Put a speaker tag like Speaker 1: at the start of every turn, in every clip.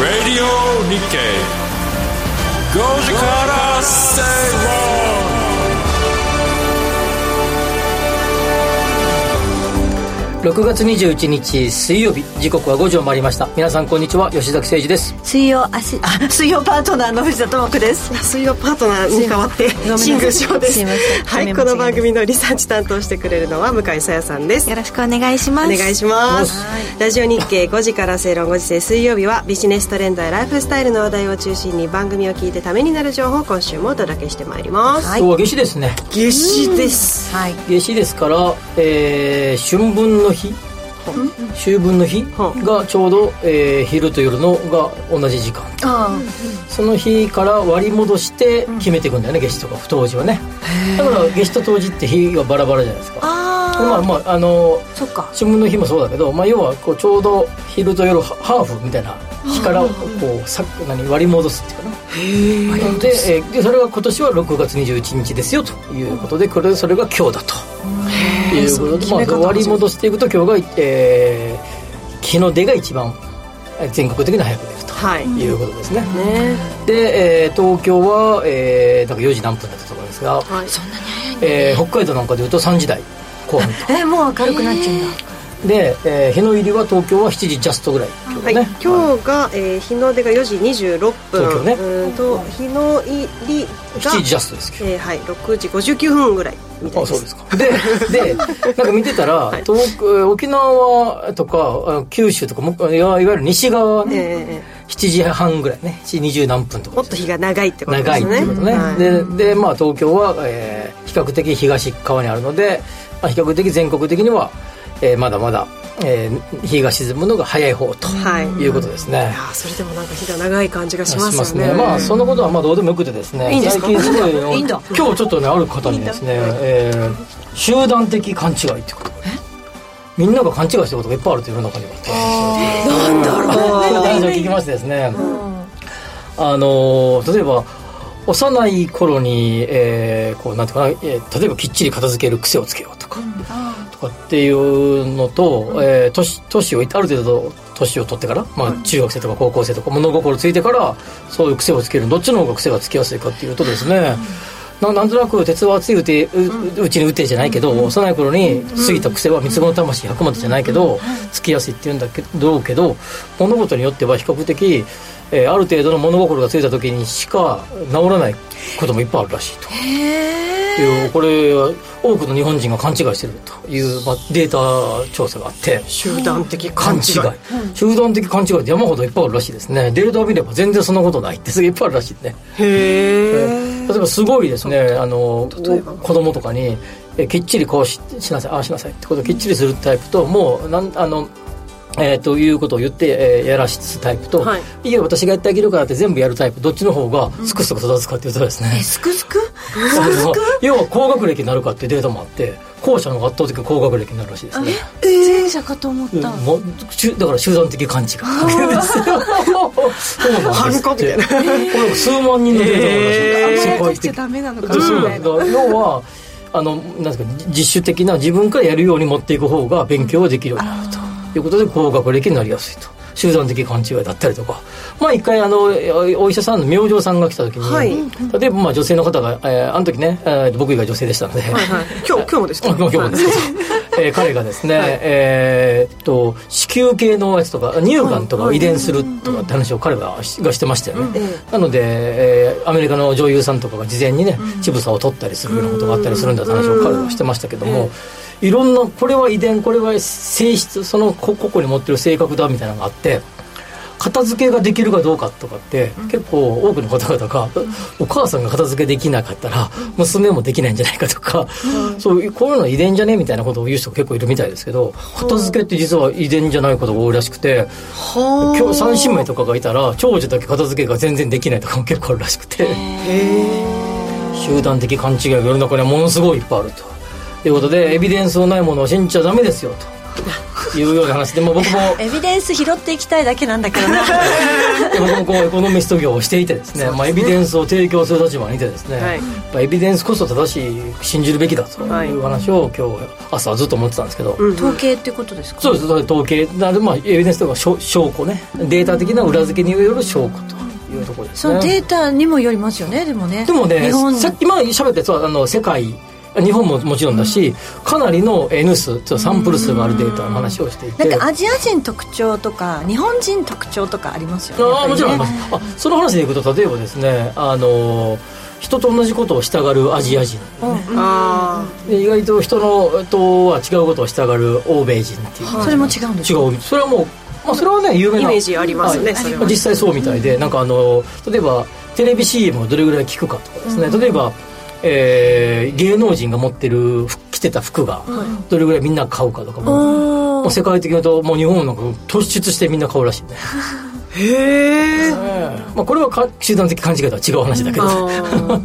Speaker 1: Radio Nikkei 5時から正
Speaker 2: 6月21日水曜日時刻は5時を回りました皆さんこんにちは吉崎誠二です
Speaker 3: 水曜あしあ水曜パートナーの藤田智子です。
Speaker 4: 水曜パートナーに代わって
Speaker 3: ん
Speaker 4: シング賞です
Speaker 3: すいません
Speaker 4: はい
Speaker 3: ご
Speaker 4: こ
Speaker 3: めん
Speaker 4: の番組のリサーチ担当してくれるのは向井さやさんです
Speaker 3: よろしくお願いしま
Speaker 4: お
Speaker 3: す。
Speaker 4: 願いしますラジオ日経5時から正論5時制水曜日はビジネストレンドやライフスタイルの話題を中心に番組を聞いてためになる情報を今週もお届けしてまいります
Speaker 3: はい
Speaker 2: 今日は夏至ですね
Speaker 4: 夏至です
Speaker 3: はい。
Speaker 2: 夏至ですから、えー春分の日秋分の日
Speaker 4: ほう
Speaker 2: がちょうど、えー昼と夜のが同じ時間
Speaker 3: あ
Speaker 2: その日から割り戻して決めていくんだよね夏至とか不当時はねだから夏至と冬至って日がバラバラじゃないですかまあ
Speaker 3: あ
Speaker 2: まああの
Speaker 3: あ。そっか。
Speaker 2: 春分の日もそうだけど、まあ、要はこうちょうど昼と夜はハーフみたいな日からこうさ何割り戻すっていうかな割り戻すでえーでそれが今年は6月21日ですよということでこれそれが今日だということで、まあ、割り戻していくと今日が、えー日の出が一番えー全国的に早く出る
Speaker 4: はい
Speaker 2: と
Speaker 4: ね
Speaker 2: いうことですね、で、えー東京は、えーなんか4時何分だったところですが、
Speaker 4: はい
Speaker 2: えー北海道なんかでいうと3時台後半と
Speaker 3: えもう明るくなっちゃうんだ。
Speaker 2: で、えー日の入りは東京は7時ジャストぐらい今
Speaker 4: は
Speaker 2: 日
Speaker 4: い
Speaker 2: ね、、
Speaker 4: 今日が、えー日の出が4時26分
Speaker 2: 東京ね
Speaker 4: うんと日の入りが
Speaker 2: 7時ジャストですけど
Speaker 4: えーはい、6時59分ぐらいみたい
Speaker 2: あ
Speaker 4: です
Speaker 2: そうですかででなんか見て たら、東えー沖縄とかあの九州とかもいわいわゆる西側は
Speaker 4: え
Speaker 2: ね、
Speaker 4: ーえ
Speaker 2: 7時半ぐらいね7時20何分と
Speaker 4: ー
Speaker 2: か
Speaker 4: もっと日が長いってことで
Speaker 2: 長い
Speaker 4: す
Speaker 2: っ
Speaker 4: ね
Speaker 2: ていうことね、
Speaker 4: はい
Speaker 2: でで、まあ、東京は、えー比較的東側にあるので、まあ、比較的全国的には、えーまだまだ、えー日が沈むのが早い方と
Speaker 4: はい
Speaker 2: いうことですね、
Speaker 4: あーそれでもなんか日が長い感じがしますよね
Speaker 2: まあそんなことはまあどうでもよくてですね。
Speaker 3: いいんですか
Speaker 2: 最近すごいの
Speaker 3: いいんだ
Speaker 2: 今日ちょっとねある方にですね、えー集団的勘違いってこと。みんなが勘違いしてることがいっぱいあるという世の中には。なんだろう。そう話を聞きましてですね。あのー例えば。幼い頃に、えーこうなんていうかな、えー例えばきっちり片付ける癖をつけようとか、とかっていうのと、えー年年をある程度年を取ってから、まあ、中学生とか高校生とか物心ついてからそういう癖をつけるどっちの方が癖がつきやすいかっていうとですね、ななんとなく鉄は熱いうてううちに打てじゃないけど、幼い頃についた癖は三つ子の魂100までじゃないけど、つきやすいっていうんだけどけど物事によっては比較的、えーある程度の物心がついた時にしか治らないこともいっぱいあるらしいと。いうこれは多くの日本人が勘違いしてるという、まあ、データ調査があって
Speaker 4: 集団的
Speaker 2: 勘
Speaker 4: 勘
Speaker 2: 違
Speaker 4: 違
Speaker 2: い
Speaker 4: い
Speaker 2: 集団的勘違いって山ほどいっぱいあるらしいですねデータを見れば全然そんなことないってすげえいっぱいあるらしいね
Speaker 4: へえ
Speaker 2: 例えばすごいですねあの子供とかにえきっちりこうししなさいああしなさいってことをきっちりするタイプともうなんあのえーということを言って、えーやらすタイプと、
Speaker 4: はいい、
Speaker 2: いよ私がやってあげるからって全部やるタイプどっちの方がすくすく育つかっていうとですね、
Speaker 3: えすくすく？
Speaker 2: あの要は高学歴になるかっていうデータもあって後者の方が圧倒的に高学歴になるらしいですね
Speaker 3: 前者かと思った。
Speaker 2: もうちゅだから集団的勘違い ですよそうなんです
Speaker 4: 反
Speaker 2: っ
Speaker 4: 抗みた
Speaker 2: て
Speaker 4: いな
Speaker 2: これ数万人のデータもあるらしい
Speaker 4: え
Speaker 2: 世
Speaker 3: 世
Speaker 2: 界
Speaker 3: 界
Speaker 2: 的
Speaker 3: しちゃダメなのか
Speaker 2: そう
Speaker 3: み
Speaker 2: そう
Speaker 3: た
Speaker 2: だ
Speaker 3: い
Speaker 2: か
Speaker 3: な。
Speaker 2: ら要はあのなんですか自主的な自分からやるように持っていく方が勉強ができるようになるということで高学歴になりやすいと集団的勘違いだったりとかまあ一回あのお医者さんの明星さんが来た時に、
Speaker 4: はい
Speaker 2: 例えばまあ女性の方が、えーあの時ね、えー僕以外女性でしたので、
Speaker 4: はいはい今日今日もですか
Speaker 2: あ今日もですえー彼がですね、えーっと子宮系のやつとか乳がんとかを遺伝するとかって話を彼がしがしてましたよね、なので、えーアメリカの女優さんとかが事前にね乳房を取ったりするようなことがあったりするんだって話を彼はしてましたけども、いろんなこれは遺伝これは性質その個々に持ってる性格だみたいなのがあって片付けができるかどうかとかって、結構多くの方々が、お母さんが片付けできなかったら娘もできないんじゃないかとか、そういうこういうのは遺伝じゃねみたいなことを言う人結構いるみたいですけど片付けって実は遺伝じゃないことが多いらしくて今日三姉妹とかがいたら長女だけ片付けが全然できないとかも結構あるらしくて集団的勘違いが世の中にはものすごいいっぱいあると。ということでエビデンスのないものを信じちゃダメですよと。いうような話で、まあ、僕も
Speaker 3: エビデンス拾っていきたいだけなんだけど な
Speaker 2: 僕もこうエコノミスト業をしていてですねまあ、エビデンスを提供する立場にいてですね、
Speaker 4: はい
Speaker 2: やっぱエビデンスこそ正しい信じるべきだという話を今日朝はずっと思ってたんですけど、
Speaker 3: 統計ってことですか
Speaker 2: そうです統計なまあエビデンスとか証証拠ねデータ的な裏付けによる証拠というところです
Speaker 3: そ
Speaker 2: ね
Speaker 3: のデータにもよりますよねでもね
Speaker 2: でもね
Speaker 3: 日本
Speaker 2: さっき前喋ったやつはあの世界日本ももちろんだし、かなりの N 数つまりサンプル数があるデータの話をしていて、
Speaker 3: なんかアジア人特徴とか日本人特徴とかありますよね
Speaker 2: ああもちろんあ
Speaker 3: や
Speaker 2: り
Speaker 3: っ
Speaker 2: ま
Speaker 3: ぱり
Speaker 2: すあ
Speaker 3: ね
Speaker 2: その話でいくと例えばですねあの人と同じことをしたがるアジア人
Speaker 4: あ
Speaker 2: で意外と人のとは違うことをしたがる欧米人っていう、
Speaker 3: それも違うんです
Speaker 2: 違うそれはもう、まあ、それはね有名な
Speaker 4: イメージありますねそれは
Speaker 2: 実際そうみたいでなんかあの例えばテレビ CM をどれぐらい聞くかとかですね、例えば、えー芸能人が持ってる服着てた服がどれぐらいみんな買うかとかも,、もう世界的に言うともう日本なんか突出してみんな買うらしいね、
Speaker 4: あへえ
Speaker 2: まあ、これはか集団的勘違いとは違う話だけど、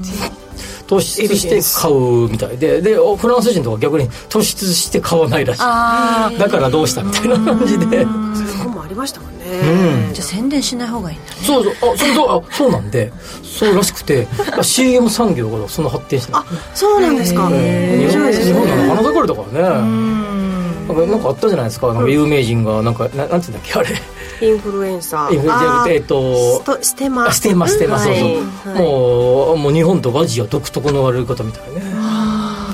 Speaker 2: 突出して買うみたいででおフランス人とか逆に突出して買わないらしい
Speaker 3: ああ
Speaker 2: だからどうしたみたいな感じで。
Speaker 4: そこもありましたもんね、
Speaker 3: じゃあ宣伝しない方がいいんだね
Speaker 2: そうそうあそれどうあそうなんでそうらしくて CM 産業がそんな発展してない
Speaker 4: そうなんですか
Speaker 2: 日
Speaker 4: 面白
Speaker 2: 本
Speaker 4: いです
Speaker 2: 日本な
Speaker 4: ね
Speaker 2: の花盛りだからねなんかなんかあったじゃないですかなんか有名人がなんかななんていうんだっけあれ
Speaker 4: インフルエンサー
Speaker 2: インフルエンサーえっと
Speaker 4: あーストステマ
Speaker 2: あしてますしてます、
Speaker 4: うん
Speaker 2: そうそう、
Speaker 4: はい
Speaker 2: もうもう日本とアジア独特の悪い方みたいね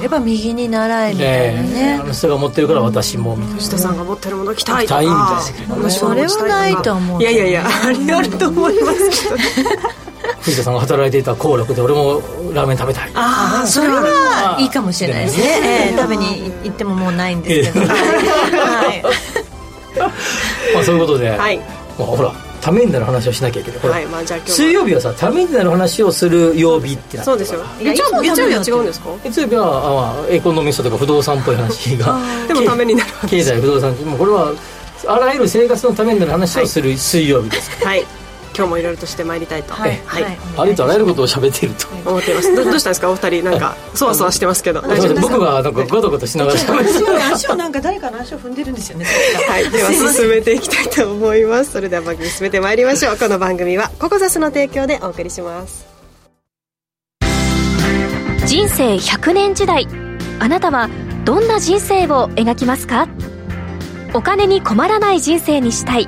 Speaker 3: やっぱ右に習えみたいな
Speaker 2: ね
Speaker 3: ね
Speaker 2: あの人が持ってるから私もみたいな
Speaker 4: 人さんが持ってるもの着たいと
Speaker 2: 着たいみ
Speaker 4: か
Speaker 2: たいな
Speaker 4: 私も
Speaker 3: それ
Speaker 4: 着
Speaker 3: は
Speaker 4: た
Speaker 3: ない
Speaker 4: か
Speaker 3: と思う
Speaker 4: いやいやいやありあると思いますけど
Speaker 2: 藤田さんが働いていた幸楽で俺もラーメン食べたい
Speaker 4: ああ
Speaker 3: それはいいかもしれないですねええ 食べに行ってももうないんですけどはい
Speaker 2: まあそういうことで、
Speaker 4: はい
Speaker 2: まあ、ほらためになる話をしなきゃいけないほら、
Speaker 4: はいまあじゃあ今
Speaker 2: 水
Speaker 4: 日は
Speaker 2: 曜日はさためになる話をする曜日ってなって
Speaker 4: そ
Speaker 2: る
Speaker 4: うで
Speaker 2: か
Speaker 4: すよ
Speaker 2: ら
Speaker 3: いや
Speaker 4: 月
Speaker 3: い
Speaker 4: 曜
Speaker 3: つも
Speaker 4: 日月曜日は
Speaker 3: 食べ
Speaker 4: 違
Speaker 3: よう
Speaker 4: うんですか
Speaker 2: 月曜日はあまあエコノミストとか不動産っぽい話が
Speaker 4: でもた めになる
Speaker 2: 経経済不動産もうこれはあらゆる生活のためになる話をする水曜日ですか
Speaker 4: はい今日もいろいろとしてまいりたいと
Speaker 3: はい
Speaker 4: はい
Speaker 3: はい
Speaker 2: ら、ありとあらゆることを喋っていると。
Speaker 4: 思っていますどどうしたんですかお二人なんかそわそわしてますけど大丈夫です
Speaker 2: 僕がなんかゴトゴトしながら喋 ってる
Speaker 3: 足をなんか誰かの足を踏んでるんですよね
Speaker 4: はい、では進めていきたいと思います。それでは番組進めてまいりましょう。この番組はココザスの提供でお送りします。
Speaker 5: 人生100年時代あなたはどんな人生を描きますかお金に困らない人生にしたい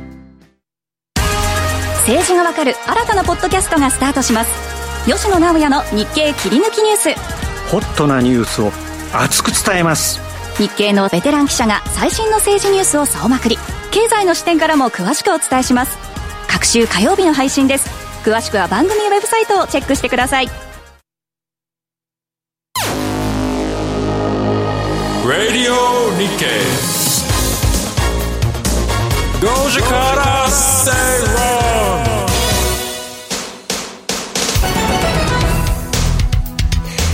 Speaker 6: 政治がわかる新たなポッドキャストがスタートします吉野直也の日経切り抜きニュース
Speaker 7: ホットなニュースを熱く伝えます
Speaker 6: 日経のベテラン記者が最新の政治ニュースを総まくり経済の視点からも詳しくお伝えします各週火曜日の配信です詳しくは番組ウェブサイトをチェックしてください
Speaker 1: Radio Nikkei. Goji Kara Seiron.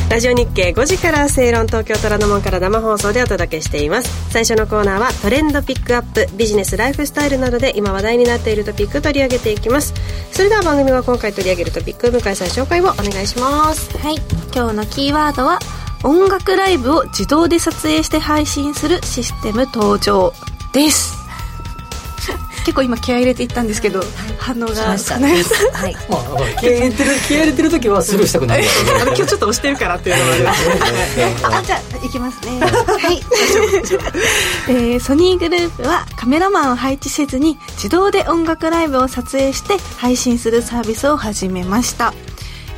Speaker 4: ラジオ日経5時から正論東京虎ノ門から生放送でお届けしています。最初のコーナーはトレンドピックアップ、ビジネスライフスタイルなどで今話題になっているトピック取り上げていきます。それでは番組は今回取り上げるトピック、向井さん紹介をお願いします。
Speaker 8: はい今日のキーワードは音楽ライブを自動で撮影して配信するシステム登場です 結構今気合い入れていったんですけど反応が少ないです
Speaker 3: はい
Speaker 2: まあ、だから気合い入れてる気合い入れてる時はスルーしたくないですよね
Speaker 4: あの今日ちょっと押してるからっていうのもあります
Speaker 8: あじゃあいきますね はい、えーソニーグループはカメラマンを配置せずに自動で音楽ライブを撮影して配信するサービスを始めました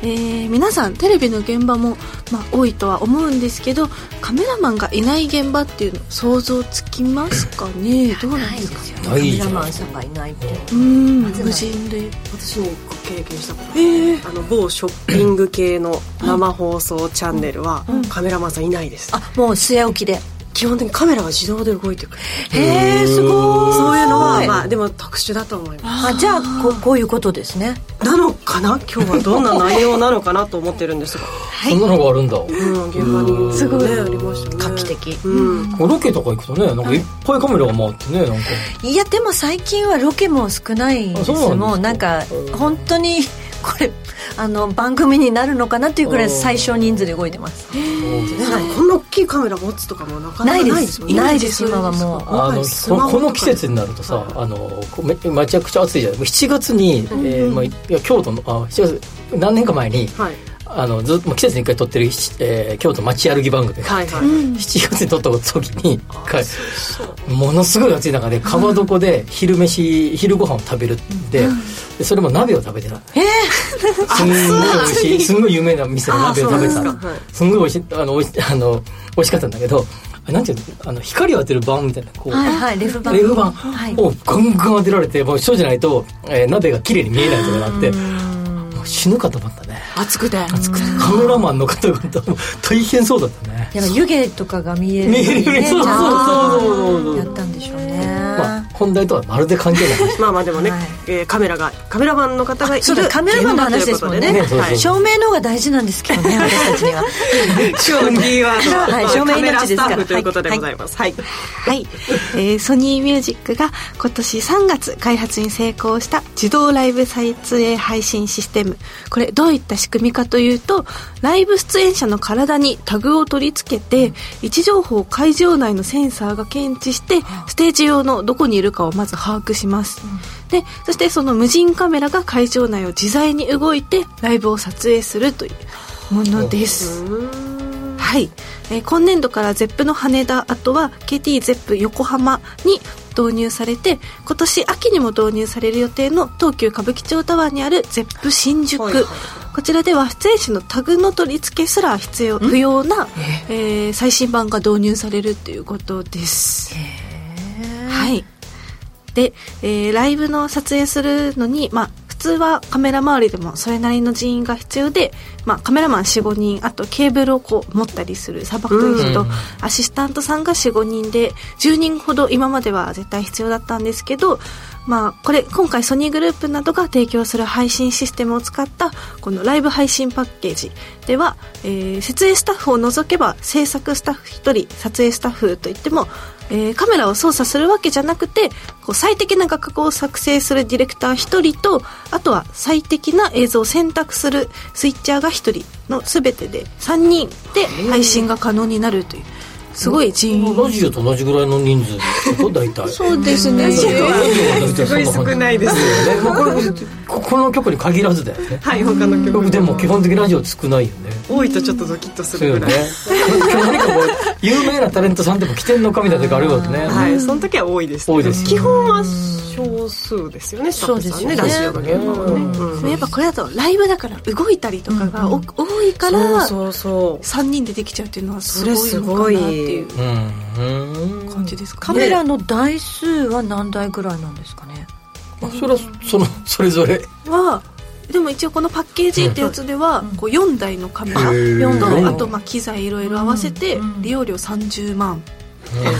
Speaker 8: えー皆さんテレビの現場も、まあ、多いとは思うんですけどカメラマンがいない現場っていうの想像つきますかねどうなんですか
Speaker 2: ねな
Speaker 3: よ
Speaker 2: いじゃんカメラマ
Speaker 3: ンさんがいないって
Speaker 8: うん無人で
Speaker 4: 私ねこう経験したことある、あの某ショッピング系の生放送チャンネルは、カメラマンさんいないです
Speaker 3: あもう据え置きで
Speaker 4: 基基本的にカメラが自動で動いてくる
Speaker 3: へえすごい
Speaker 4: そういうのはまあでも特殊だと思いま
Speaker 3: あ
Speaker 4: す
Speaker 3: じゃあここういうことですね
Speaker 4: なのかな今日はどんな内容なのかなと思ってるんですが、
Speaker 2: そんなのがあるんだ
Speaker 4: うん、現場にすごい、ね、ありましたね
Speaker 3: 画期的
Speaker 4: うん
Speaker 2: ロケとか行くとねなんかいっぱいカメラが回ってねなんか
Speaker 3: いやでも最近はロケも少ないです
Speaker 2: あそう
Speaker 3: もうな
Speaker 2: なんん
Speaker 3: か
Speaker 2: で
Speaker 3: 本当にこれあの番組になるのかなっていうくらい最小人数で動いてます
Speaker 4: ねなんかこんな大きいカメラ持つとかもなかな
Speaker 3: な
Speaker 4: か
Speaker 3: いで
Speaker 4: ないですすもんね
Speaker 3: ないです今はもう
Speaker 2: あのここの季節になるとさあのこめめちゃくちゃ暑いじゃないもう7月に、えーまあ、いや京都のあ7月何年か前に
Speaker 4: はい
Speaker 2: あのずっともう季節に一回撮ってる、しえー京都街歩き番組が
Speaker 4: はいはい
Speaker 2: 7月に撮った時に一回ものすごい暑い中で川床で昼飯、昼ご飯を食べるで,、でそれも鍋を食べてたえすんごい美味しいすんごい有名な店の鍋を食べてた
Speaker 4: あそうなんですかはい
Speaker 2: すんごい美味しいあの美味し あの美味しかったんだけどあれなんていうのあの光を当てる番みたいなこう、
Speaker 3: はいはいレフ版
Speaker 2: レフ板
Speaker 3: はい
Speaker 2: をガンガン当てられて、もうそうじゃないと、えー鍋が綺麗に見えないとかなって、もう死ぬかと思ったね。
Speaker 4: 暑くて
Speaker 2: つくカメラマンの方々も大変そうだったね。
Speaker 3: やっぱ湯気とかが見える
Speaker 2: 見えるようにそう
Speaker 3: ち
Speaker 2: そう
Speaker 3: ゃん
Speaker 2: そ
Speaker 3: と
Speaker 2: うそうそうそう
Speaker 3: やったんでしょうね、
Speaker 2: まあ、本題とはまるで関係ない話。
Speaker 4: まあまあでもね、
Speaker 3: はい
Speaker 4: えーカメラがカメラマンの方がいる
Speaker 3: そうだカメラマンの話ですもんね
Speaker 2: ねそうそう
Speaker 3: はい照明の方が大事なんですけ どね私たちには
Speaker 4: 照明キーワード、
Speaker 3: はい照
Speaker 4: 照
Speaker 3: 明
Speaker 4: 明カメラ
Speaker 3: 命で
Speaker 4: ス
Speaker 3: す
Speaker 4: タ
Speaker 3: から
Speaker 4: ッフということでございますはい、
Speaker 8: はい、えーソニーミュージックが今年3月開発に成功した自動ライブ撮影配信システムこれどういった仕組みかというとライブ出演者の体にタグを取り付けて位置情報を会場内のセンサーが検知してステージ用のどこにいるかをまず把握します、でそしてその無人カメラが会場内を自在に動いてライブを撮影するというものです、はい、えー今年度から ZEP の羽田あとは KTZEP 横浜に導入されて今年秋にも導入される予定の東急歌舞伎町タワーにある ZEP 新宿、
Speaker 4: はいはい
Speaker 8: こちらでは出演者のタグの取り付けすら必要不要な、えー最新版が導入されるということです。はいで、えーライブの撮影するのに、まあ、普通はカメラ周りでもそれなりの人員が必要で、まあ、カメラマン45人あとケーブルをこう持ったりするさばく人とアシスタントさんが45人で10人ほど今までは絶対必要だったんですけど、まあ、これ今回ソニーグループなどが提供する配信システムを使ったこのライブ配信パッケージでは、えー設営スタッフを除けば制作スタッフ1人撮影スタッフといってもえーカメラを操作するわけじゃなくてこう最適な画角を作成するディレクター1人とあとは最適な映像を選択するスイッチャーが1人の全てで3人で配信が可能になるというすごい人員
Speaker 2: ラジオと同じぐらいの人数ですよ、大体。
Speaker 8: そうですね
Speaker 2: す
Speaker 4: すごい少ないです
Speaker 2: よね。まあこれ別にここの曲に限らずだよね。
Speaker 4: はい他の曲
Speaker 2: でも基本的にラジオ少ないよね。
Speaker 4: 多いとちょっとドキッとす
Speaker 2: そう
Speaker 4: る
Speaker 2: よ
Speaker 4: ぐらい
Speaker 2: ね。今日何かこう有名なタレントさんでも起点の神だとかあるよね。
Speaker 4: はい、その時は多いです、
Speaker 2: 多いですよ
Speaker 4: 基本は少数ですよねスタッフさん
Speaker 3: そ
Speaker 4: ね
Speaker 3: う
Speaker 4: ラ
Speaker 3: です
Speaker 4: ジオの現場はね、うん
Speaker 8: やっぱこれだとライブだから動いたりとかがお多いから
Speaker 4: そうそう
Speaker 8: 3人でできちゃうっていうのはすごい
Speaker 4: それす
Speaker 8: のかなっ
Speaker 4: ご
Speaker 8: て
Speaker 4: い
Speaker 8: いう
Speaker 2: うん。うん
Speaker 8: 感じですか
Speaker 3: カ
Speaker 8: ね
Speaker 3: メラの台数は何台ぐらいなんですかね
Speaker 2: まあそれはそのそれぞれ。
Speaker 8: はでも一応このパッケージってやつでは、こう4台のカメラ
Speaker 2: へー
Speaker 8: 4
Speaker 2: う
Speaker 8: 台
Speaker 2: ん
Speaker 8: あとまあ機材いろいろ合わせて利用料30万、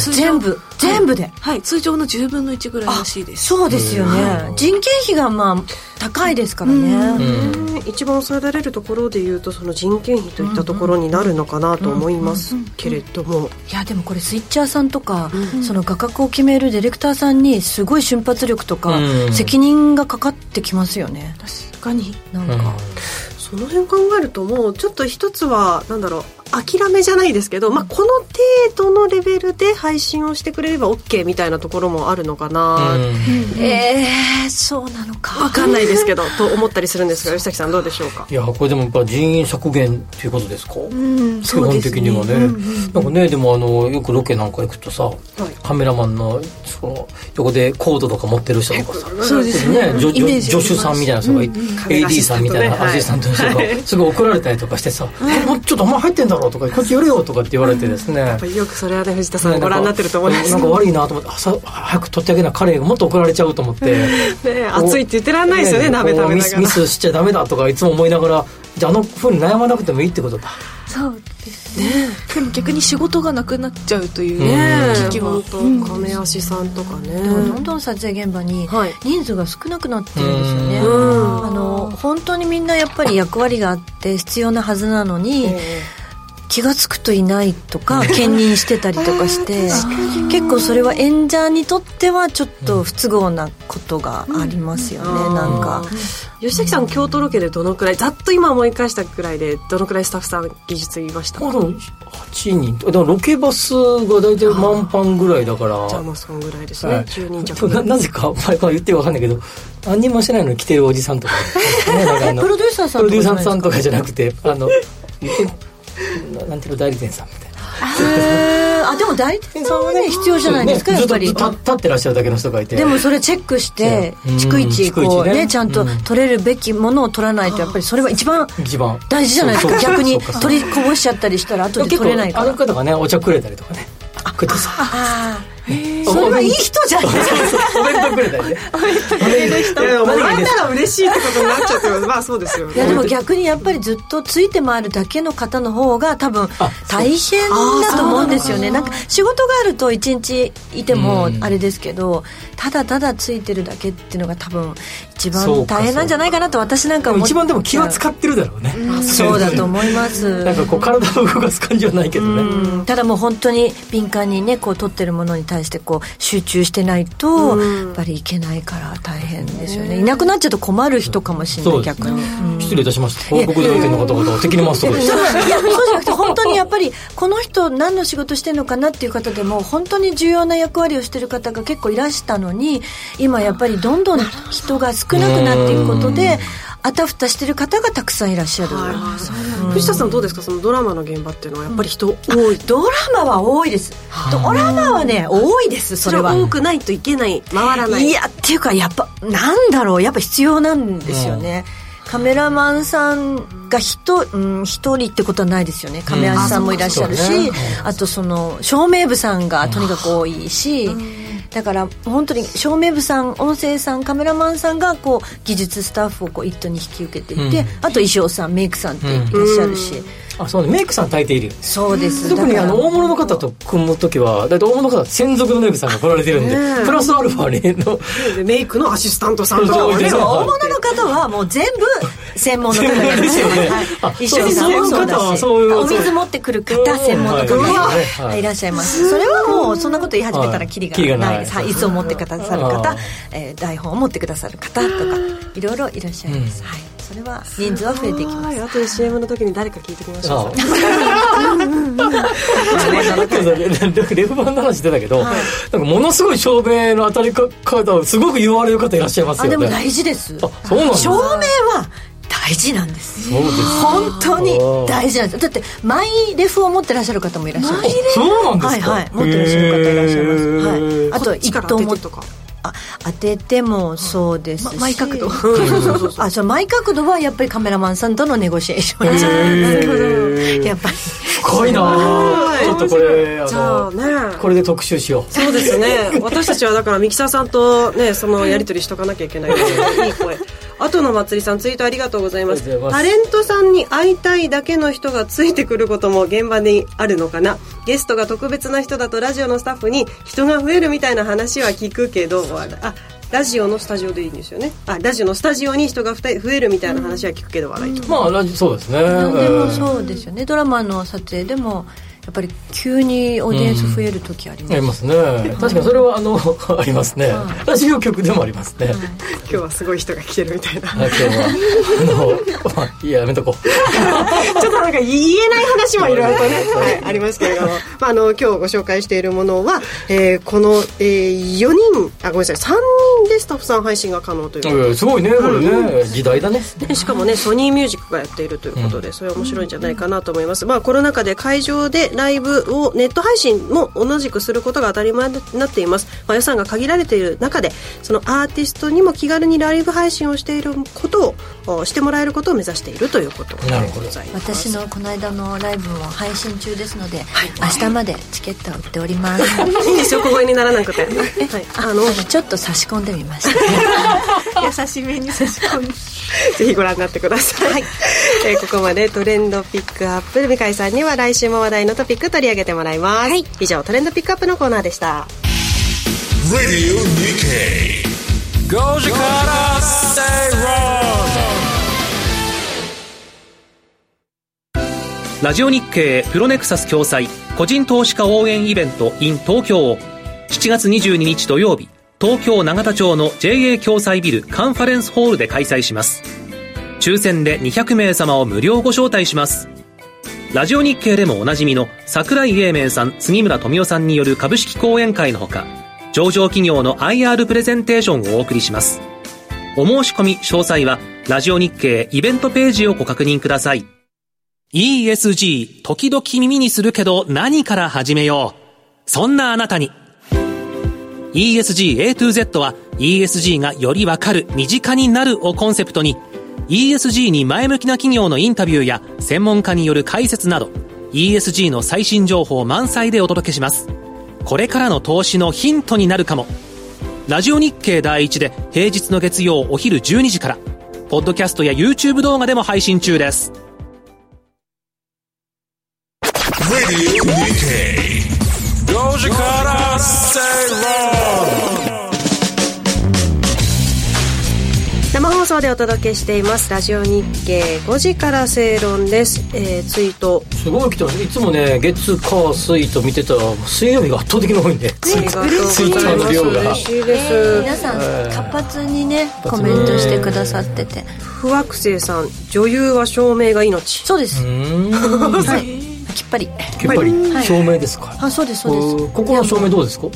Speaker 8: 通常
Speaker 3: 全部全部で、
Speaker 8: はい通常の10分の1ぐらいらしいです
Speaker 3: そうですよね人件費がまあ高いですからね
Speaker 4: ね一番抑えられるところでいうとその人件費といったところになるのかなと思いますけれども、
Speaker 3: いやでもこれスイッチャーさんとか、その画角を決めるディレクターさんにすごい瞬発力とか、
Speaker 2: うん
Speaker 3: 責任がかかってきますよね
Speaker 8: 確かに
Speaker 3: なんか、
Speaker 4: その辺考えるともうちょっと一つはなんだろう諦めじゃないですけど、まあ、この程度のレベルで配信をしてくれれば OK みたいなところもあるのかな、
Speaker 3: ええそうなのか
Speaker 4: わかんないですけどと思ったりするんですが吉崎さんどうでしょうか
Speaker 2: いやこれでもやっぱ人員削減ということですか、
Speaker 8: うん
Speaker 2: 基本的にはね、なんかねでもあのよくロケなんか行くとさ、カメラマンのその横でコードとか持ってる人とかさ
Speaker 8: そうですね
Speaker 2: ね、助
Speaker 8: イメージあります
Speaker 2: 助手さんみたいな人がいて、AD さんみたいな
Speaker 4: はい
Speaker 2: アシスタントの人が、すごい怒られたりとかしてさ「えもうちょっとお前入ってんだろ」とか「こっち寄れよ」とかって言われてですね、
Speaker 4: やっぱりよくそれはね藤田さんご覧になってると思います
Speaker 2: なんか悪いなと思って朝早く取ってあげな彼がもっと怒られちゃうと思って
Speaker 4: ね暑いって言ってらんないですよね
Speaker 2: こう
Speaker 4: 鍋食べながら
Speaker 2: ミスミスしちゃダメだとかいつも思いながらじゃああの風に悩まなくてもいいってことだ
Speaker 8: そうですねでも逆に仕事がなくなっちゃうという
Speaker 4: ね
Speaker 8: ね
Speaker 4: え
Speaker 8: 危機は、
Speaker 4: 本
Speaker 8: うん
Speaker 4: 当亀足さんとかね、
Speaker 3: どんどん撮影現場に
Speaker 4: はい
Speaker 3: 人数が少なくなってるんですよね、
Speaker 4: うん
Speaker 3: あの本当にみんなやっぱり役割があって必要なはずなのに、気が付くといない とか兼任してたりとかして結構それは演者にとってはちょっと不都合なことがありますよね、
Speaker 4: うん
Speaker 3: なんか、
Speaker 4: 吉崎さん京都ロケでどのくらいざっと今思い返したくらいでどのくらいスタッフさん技術いました
Speaker 2: あでも8人とでもロケバスが大体満帆ぐらいだから
Speaker 4: じゃあもうそんぐらいですね、
Speaker 2: はい
Speaker 4: 10人
Speaker 2: そう な
Speaker 4: 弱
Speaker 2: なぜか、まあ、まあ言ってわかんないけど何にもしてないのに来てるおじさんとか,、ね、なんかあの
Speaker 3: プロデューサーさん
Speaker 2: プ
Speaker 3: と
Speaker 2: ロデュー
Speaker 3: かじ
Speaker 2: サー
Speaker 3: ゃないです
Speaker 2: さん
Speaker 3: か
Speaker 2: とかじゃなくてあのななんていうの代理店さんみたいな
Speaker 3: へーあでも代理店さんはね必要じゃないですか、
Speaker 2: ね
Speaker 3: やっぱり
Speaker 2: ずっと立立ってらっしゃるだけの人がいて
Speaker 3: でもそれチェックして
Speaker 2: うん
Speaker 3: 逐一こう
Speaker 2: 逐一ね
Speaker 3: ねちゃんと
Speaker 2: うん
Speaker 3: 取れるべきものを取らないとやっぱりそれは一番
Speaker 2: 一番
Speaker 3: 大事じゃないで
Speaker 2: そ
Speaker 3: す
Speaker 2: う
Speaker 3: か
Speaker 2: そう
Speaker 3: 逆に
Speaker 2: そうか
Speaker 3: 取りこぼしちゃったりしたら後で
Speaker 2: 結構
Speaker 3: 取れないか
Speaker 2: あの
Speaker 3: ら
Speaker 2: 方がねお茶くれたりとかねくれてさ
Speaker 3: あーそれはいい人じゃないですか
Speaker 2: お弁当くれたりね
Speaker 4: いやもらえたら嬉しいってことになっちゃってますまあそうですよ
Speaker 3: いやでも逆にやっぱりずっとついて回るだけの方の方が多分大変だと思うんですよねなんか仕事があると一日いても
Speaker 2: うん
Speaker 3: あれですけどただただついてるだけっていうのが多分一
Speaker 2: そう
Speaker 3: 番
Speaker 2: か
Speaker 3: 大変なんじゃないかなと私なん
Speaker 2: で
Speaker 3: か思
Speaker 2: も
Speaker 3: っ
Speaker 2: 一番でも気は使ってるだろうね
Speaker 3: そうだと思います
Speaker 2: なんかこう体を動かす感じはないけどね
Speaker 3: うんただもう本当に敏感にねこう撮ってるものに対してこう集中してないとやっぱりいけないから大変ですよねいなくなっちゃうと困る人かもしれな
Speaker 2: そ
Speaker 3: いう
Speaker 2: です
Speaker 3: 逆に。
Speaker 2: 失礼いたしました広告代理店の方々を敵に回すとこで
Speaker 3: い
Speaker 2: す
Speaker 3: やそうじゃなくて本当にやっぱりこの人何の仕事してんのかなっていう方でも本当に重要な役割をしてる方が結構いらしたのに今やっぱりどんどん人が少なくなっていくことであたふたしてる方がたくさんいらっしゃる。
Speaker 4: 藤田さんどうですかそのドラマの現場っていうのはやっぱり人多い、
Speaker 3: ドラマは多いです。ドラマはね、多いです、そ
Speaker 4: そ
Speaker 3: れ
Speaker 4: れ
Speaker 3: は。
Speaker 4: 多くないといけない回らない
Speaker 3: いやっていうかやっぱなんだろうやっぱ必要なんですよね、カメラマンさんが人うん、一人ってことはないですよね亀足さんもいらっしゃるし、
Speaker 2: うんあそうか
Speaker 3: あとその照明部さんがとにかく多いし、だから本当に照明部さん音声さんカメラマンさんがこう技術スタッフをこう一途に引き受けていて、
Speaker 2: うん
Speaker 3: あと衣装さんメイクさんっていらっしゃるし、
Speaker 2: あそうねメイクさん大抵いるよね
Speaker 3: そうです
Speaker 2: 特にあの
Speaker 3: だから
Speaker 2: 大物の方と組む時はだいたい大物の方は専属のメイクさんが来られてるんでプラスアルファにの
Speaker 4: でメイクのアシスタントさんとか
Speaker 2: そう
Speaker 4: も
Speaker 2: です
Speaker 3: で
Speaker 4: ね
Speaker 3: も
Speaker 2: よ
Speaker 3: 大物の方はもう全部専門の方
Speaker 2: 専
Speaker 3: が
Speaker 2: 門で
Speaker 3: いらっ
Speaker 2: す
Speaker 3: しゃ
Speaker 2: よ
Speaker 3: る
Speaker 2: ね
Speaker 3: はい
Speaker 2: あ
Speaker 3: 一緒に
Speaker 2: そう
Speaker 3: もそ
Speaker 2: そうい
Speaker 3: う
Speaker 2: う方
Speaker 3: だ
Speaker 2: は
Speaker 3: し
Speaker 2: そういう
Speaker 3: お水持ってくる方専門の方
Speaker 2: はいは
Speaker 3: が
Speaker 2: い
Speaker 3: いらっしゃいますそれはもうそんなこと言い始めたらキリがないです
Speaker 2: はい
Speaker 3: はい椅子を持ってくださる
Speaker 2: は
Speaker 3: 方
Speaker 2: い
Speaker 3: えー台本を持ってくださる方とかいろいろいらっしゃいますはいそれは人数は増えていきま
Speaker 4: は
Speaker 3: す
Speaker 4: い後で CM の時に誰か聞いてみましょう
Speaker 2: あレフ版の話出たけど、なんかものすごい照明の当たり方をすごく言われる方いらっしゃいます
Speaker 3: あ
Speaker 2: よ
Speaker 3: でも
Speaker 2: ね。
Speaker 3: 大事です
Speaker 2: あそうなんです
Speaker 3: 照明は大事なんです
Speaker 2: そうです。
Speaker 3: 本当に大事なんですだってマイレフを持ってらっしゃる方もいらっしゃるし
Speaker 2: そうなんで
Speaker 3: は
Speaker 2: す
Speaker 3: い
Speaker 2: か。
Speaker 3: はい持ってらっしゃる方いらっしゃいます、はい、あと一
Speaker 4: 力
Speaker 3: 等
Speaker 4: 当
Speaker 3: も
Speaker 4: ててとか
Speaker 3: あ当ててもそうですし、
Speaker 8: マイ角度
Speaker 3: あそうマイ角度はやっぱりカメラマンさんとのネゴシエーションじゃ
Speaker 2: へー
Speaker 3: やっぱり
Speaker 2: 深いなぁちょっとこれ、あ
Speaker 4: じゃ
Speaker 2: の、
Speaker 4: あね
Speaker 2: これで特集しよう。
Speaker 4: そうですね 私たちはだからミキサーさんとねそのやり取りしとかなきゃいけないのでいい声後の祭りさんツイートありがとうございます
Speaker 2: ありがとうござ
Speaker 4: タ
Speaker 2: います
Speaker 4: レントさんに会いたいだけの人がついてくることも現場にあるのかなゲストが特別な人だとラジオのスタッフに人が増えるみたいな話は聞くけど笑あラジオのスタジオでいいんですよねあラジオのスタジオに人がふた増えるみたいな話は聞くけど笑いと、
Speaker 2: まあ、ラジそうですね。
Speaker 3: 何でも
Speaker 2: う。
Speaker 3: そうですよねドラマの撮影でもやっぱり急にオーディエンス増える時あります、
Speaker 2: ありますね。確かにそれは、あの、 ありますね。ラジオ局でもありますね。
Speaker 4: 今日はすごい人が来てるみたいなち
Speaker 2: 今日は、あの、 まあ、いいや、やめとこう。
Speaker 4: ょっとなんか言えない話もいろいろとね、はい、ありますけれども、まあ、あの今日ご紹介しているものは、えーこの、えー、4人あごめんなさい3人でスタッフさん配信が可能ということで
Speaker 2: うんすごいね、これね。時代だね。
Speaker 4: でしかもねソニーミュージックがやっているということで、それは面白いんじゃないかなと思います、まあコロナ禍で会場ででライブをネット配信も同じくすることが当たり前になっています、まあ、予算が限られている中でそのアーティストにも気軽にライブ配信をしていることをおしてもらえることを目指しているということで
Speaker 2: なるほど
Speaker 4: ございます
Speaker 3: 私のこの間のライブも配信中ですので、明日までチケットを売っております
Speaker 4: いいんですよ小声になら なくて、はい、あの
Speaker 3: ちょっと差し込んでみました
Speaker 9: 優しめに差し込んで
Speaker 4: ぜひご覧になってください、 えーここまでトレンドピックアップ美海さんには来週も話題のトピック取り上げてもらいます、以上トレンドピックアップのコーナーでした
Speaker 1: Radio Nikkei. Goji Kara Say Wrong.
Speaker 10: ラジオ日経プロネクサス共催個人投資家応援イベント in 東京7月22日土曜日東京永田町の JA 共催ビルカンファレンスホールで開催します抽選で200名様を無料ご招待しますラジオ日経でもおなじみの桜井英明さん杉村富夫さんによる株式講演会のほか上場企業の IR プレゼンテーションをお送りしますお申し込み詳細はラジオ日経イベントページをご確認ください ESG、時々耳にするけど何から始めよう。そんなあなたに。ESG A to Z は ESG がよりわかる、身近になるをコンセプトに、ESG に前向きな企業のインタビューや専門家による解説など、ESG の最新情報満載でお届けします。これからの投資のヒントになるかも。ラジオ日経第一で平日の月曜お昼12時から、ポッドキャストや YouTube 動画でも配信中です。
Speaker 1: Radio Nikkei. Goji Kara Say Wrong.
Speaker 4: 生放送でお届けしていますラジオ日経5時から正論です、えー、ツイート
Speaker 2: すごい来てますいつもね月火水と見てたら水曜日が圧倒的に多いんで
Speaker 4: ありがとうございます
Speaker 2: ツイートの量が
Speaker 4: 嬉しいです、
Speaker 3: 皆さん活発にねコメントしてくださってて
Speaker 4: 不惑星さん女優は照明が命
Speaker 3: そうです
Speaker 2: うんや
Speaker 3: はいきっぱり
Speaker 2: っぱり照明ですか
Speaker 3: あそうですそうです
Speaker 2: おここの照明どうですか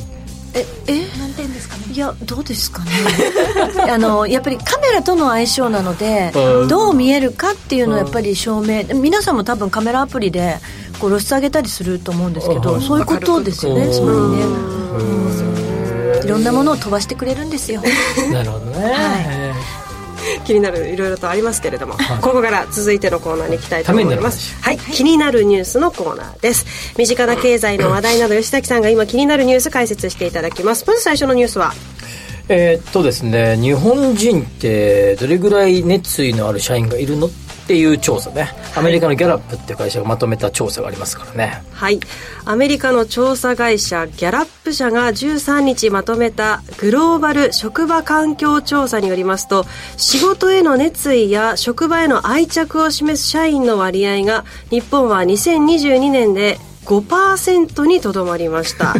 Speaker 3: ええ何点ですかねいやどうです かねあのやっぱりカメラとの相性なので
Speaker 2: うん
Speaker 3: どう見えるかっていうのはやっぱり照明皆さんも多分カメラアプリでこう露出上げたりすると思うんですけ
Speaker 2: う
Speaker 3: ど
Speaker 2: ん
Speaker 3: そういうことですよ
Speaker 2: う
Speaker 3: ね
Speaker 2: ん
Speaker 3: つまりねうんいろんなものを飛ばしてくれるんですよ
Speaker 2: なるほどね、
Speaker 4: 気になるいろいろとありますけれども、ここから続いてのコーナーに行きたいと思いますはい、気になるニュースのコーナーです身近な経済の話題など吉崎さんが今気になるニュース解説していただきますまず最初のニュースは
Speaker 2: えーっとですね日本人ってどれぐらい熱意のある社員がいるのっていう調査ねアメリカのギャラップっていう会社がまとめた調査がありますからね
Speaker 4: はいアメリカの調査会社ギャラップ社が13日まとめたグローバル職場環境調査によりますと仕事への熱意や職場への愛着を示す社員の割合が日本は2022年で5%にとどまりました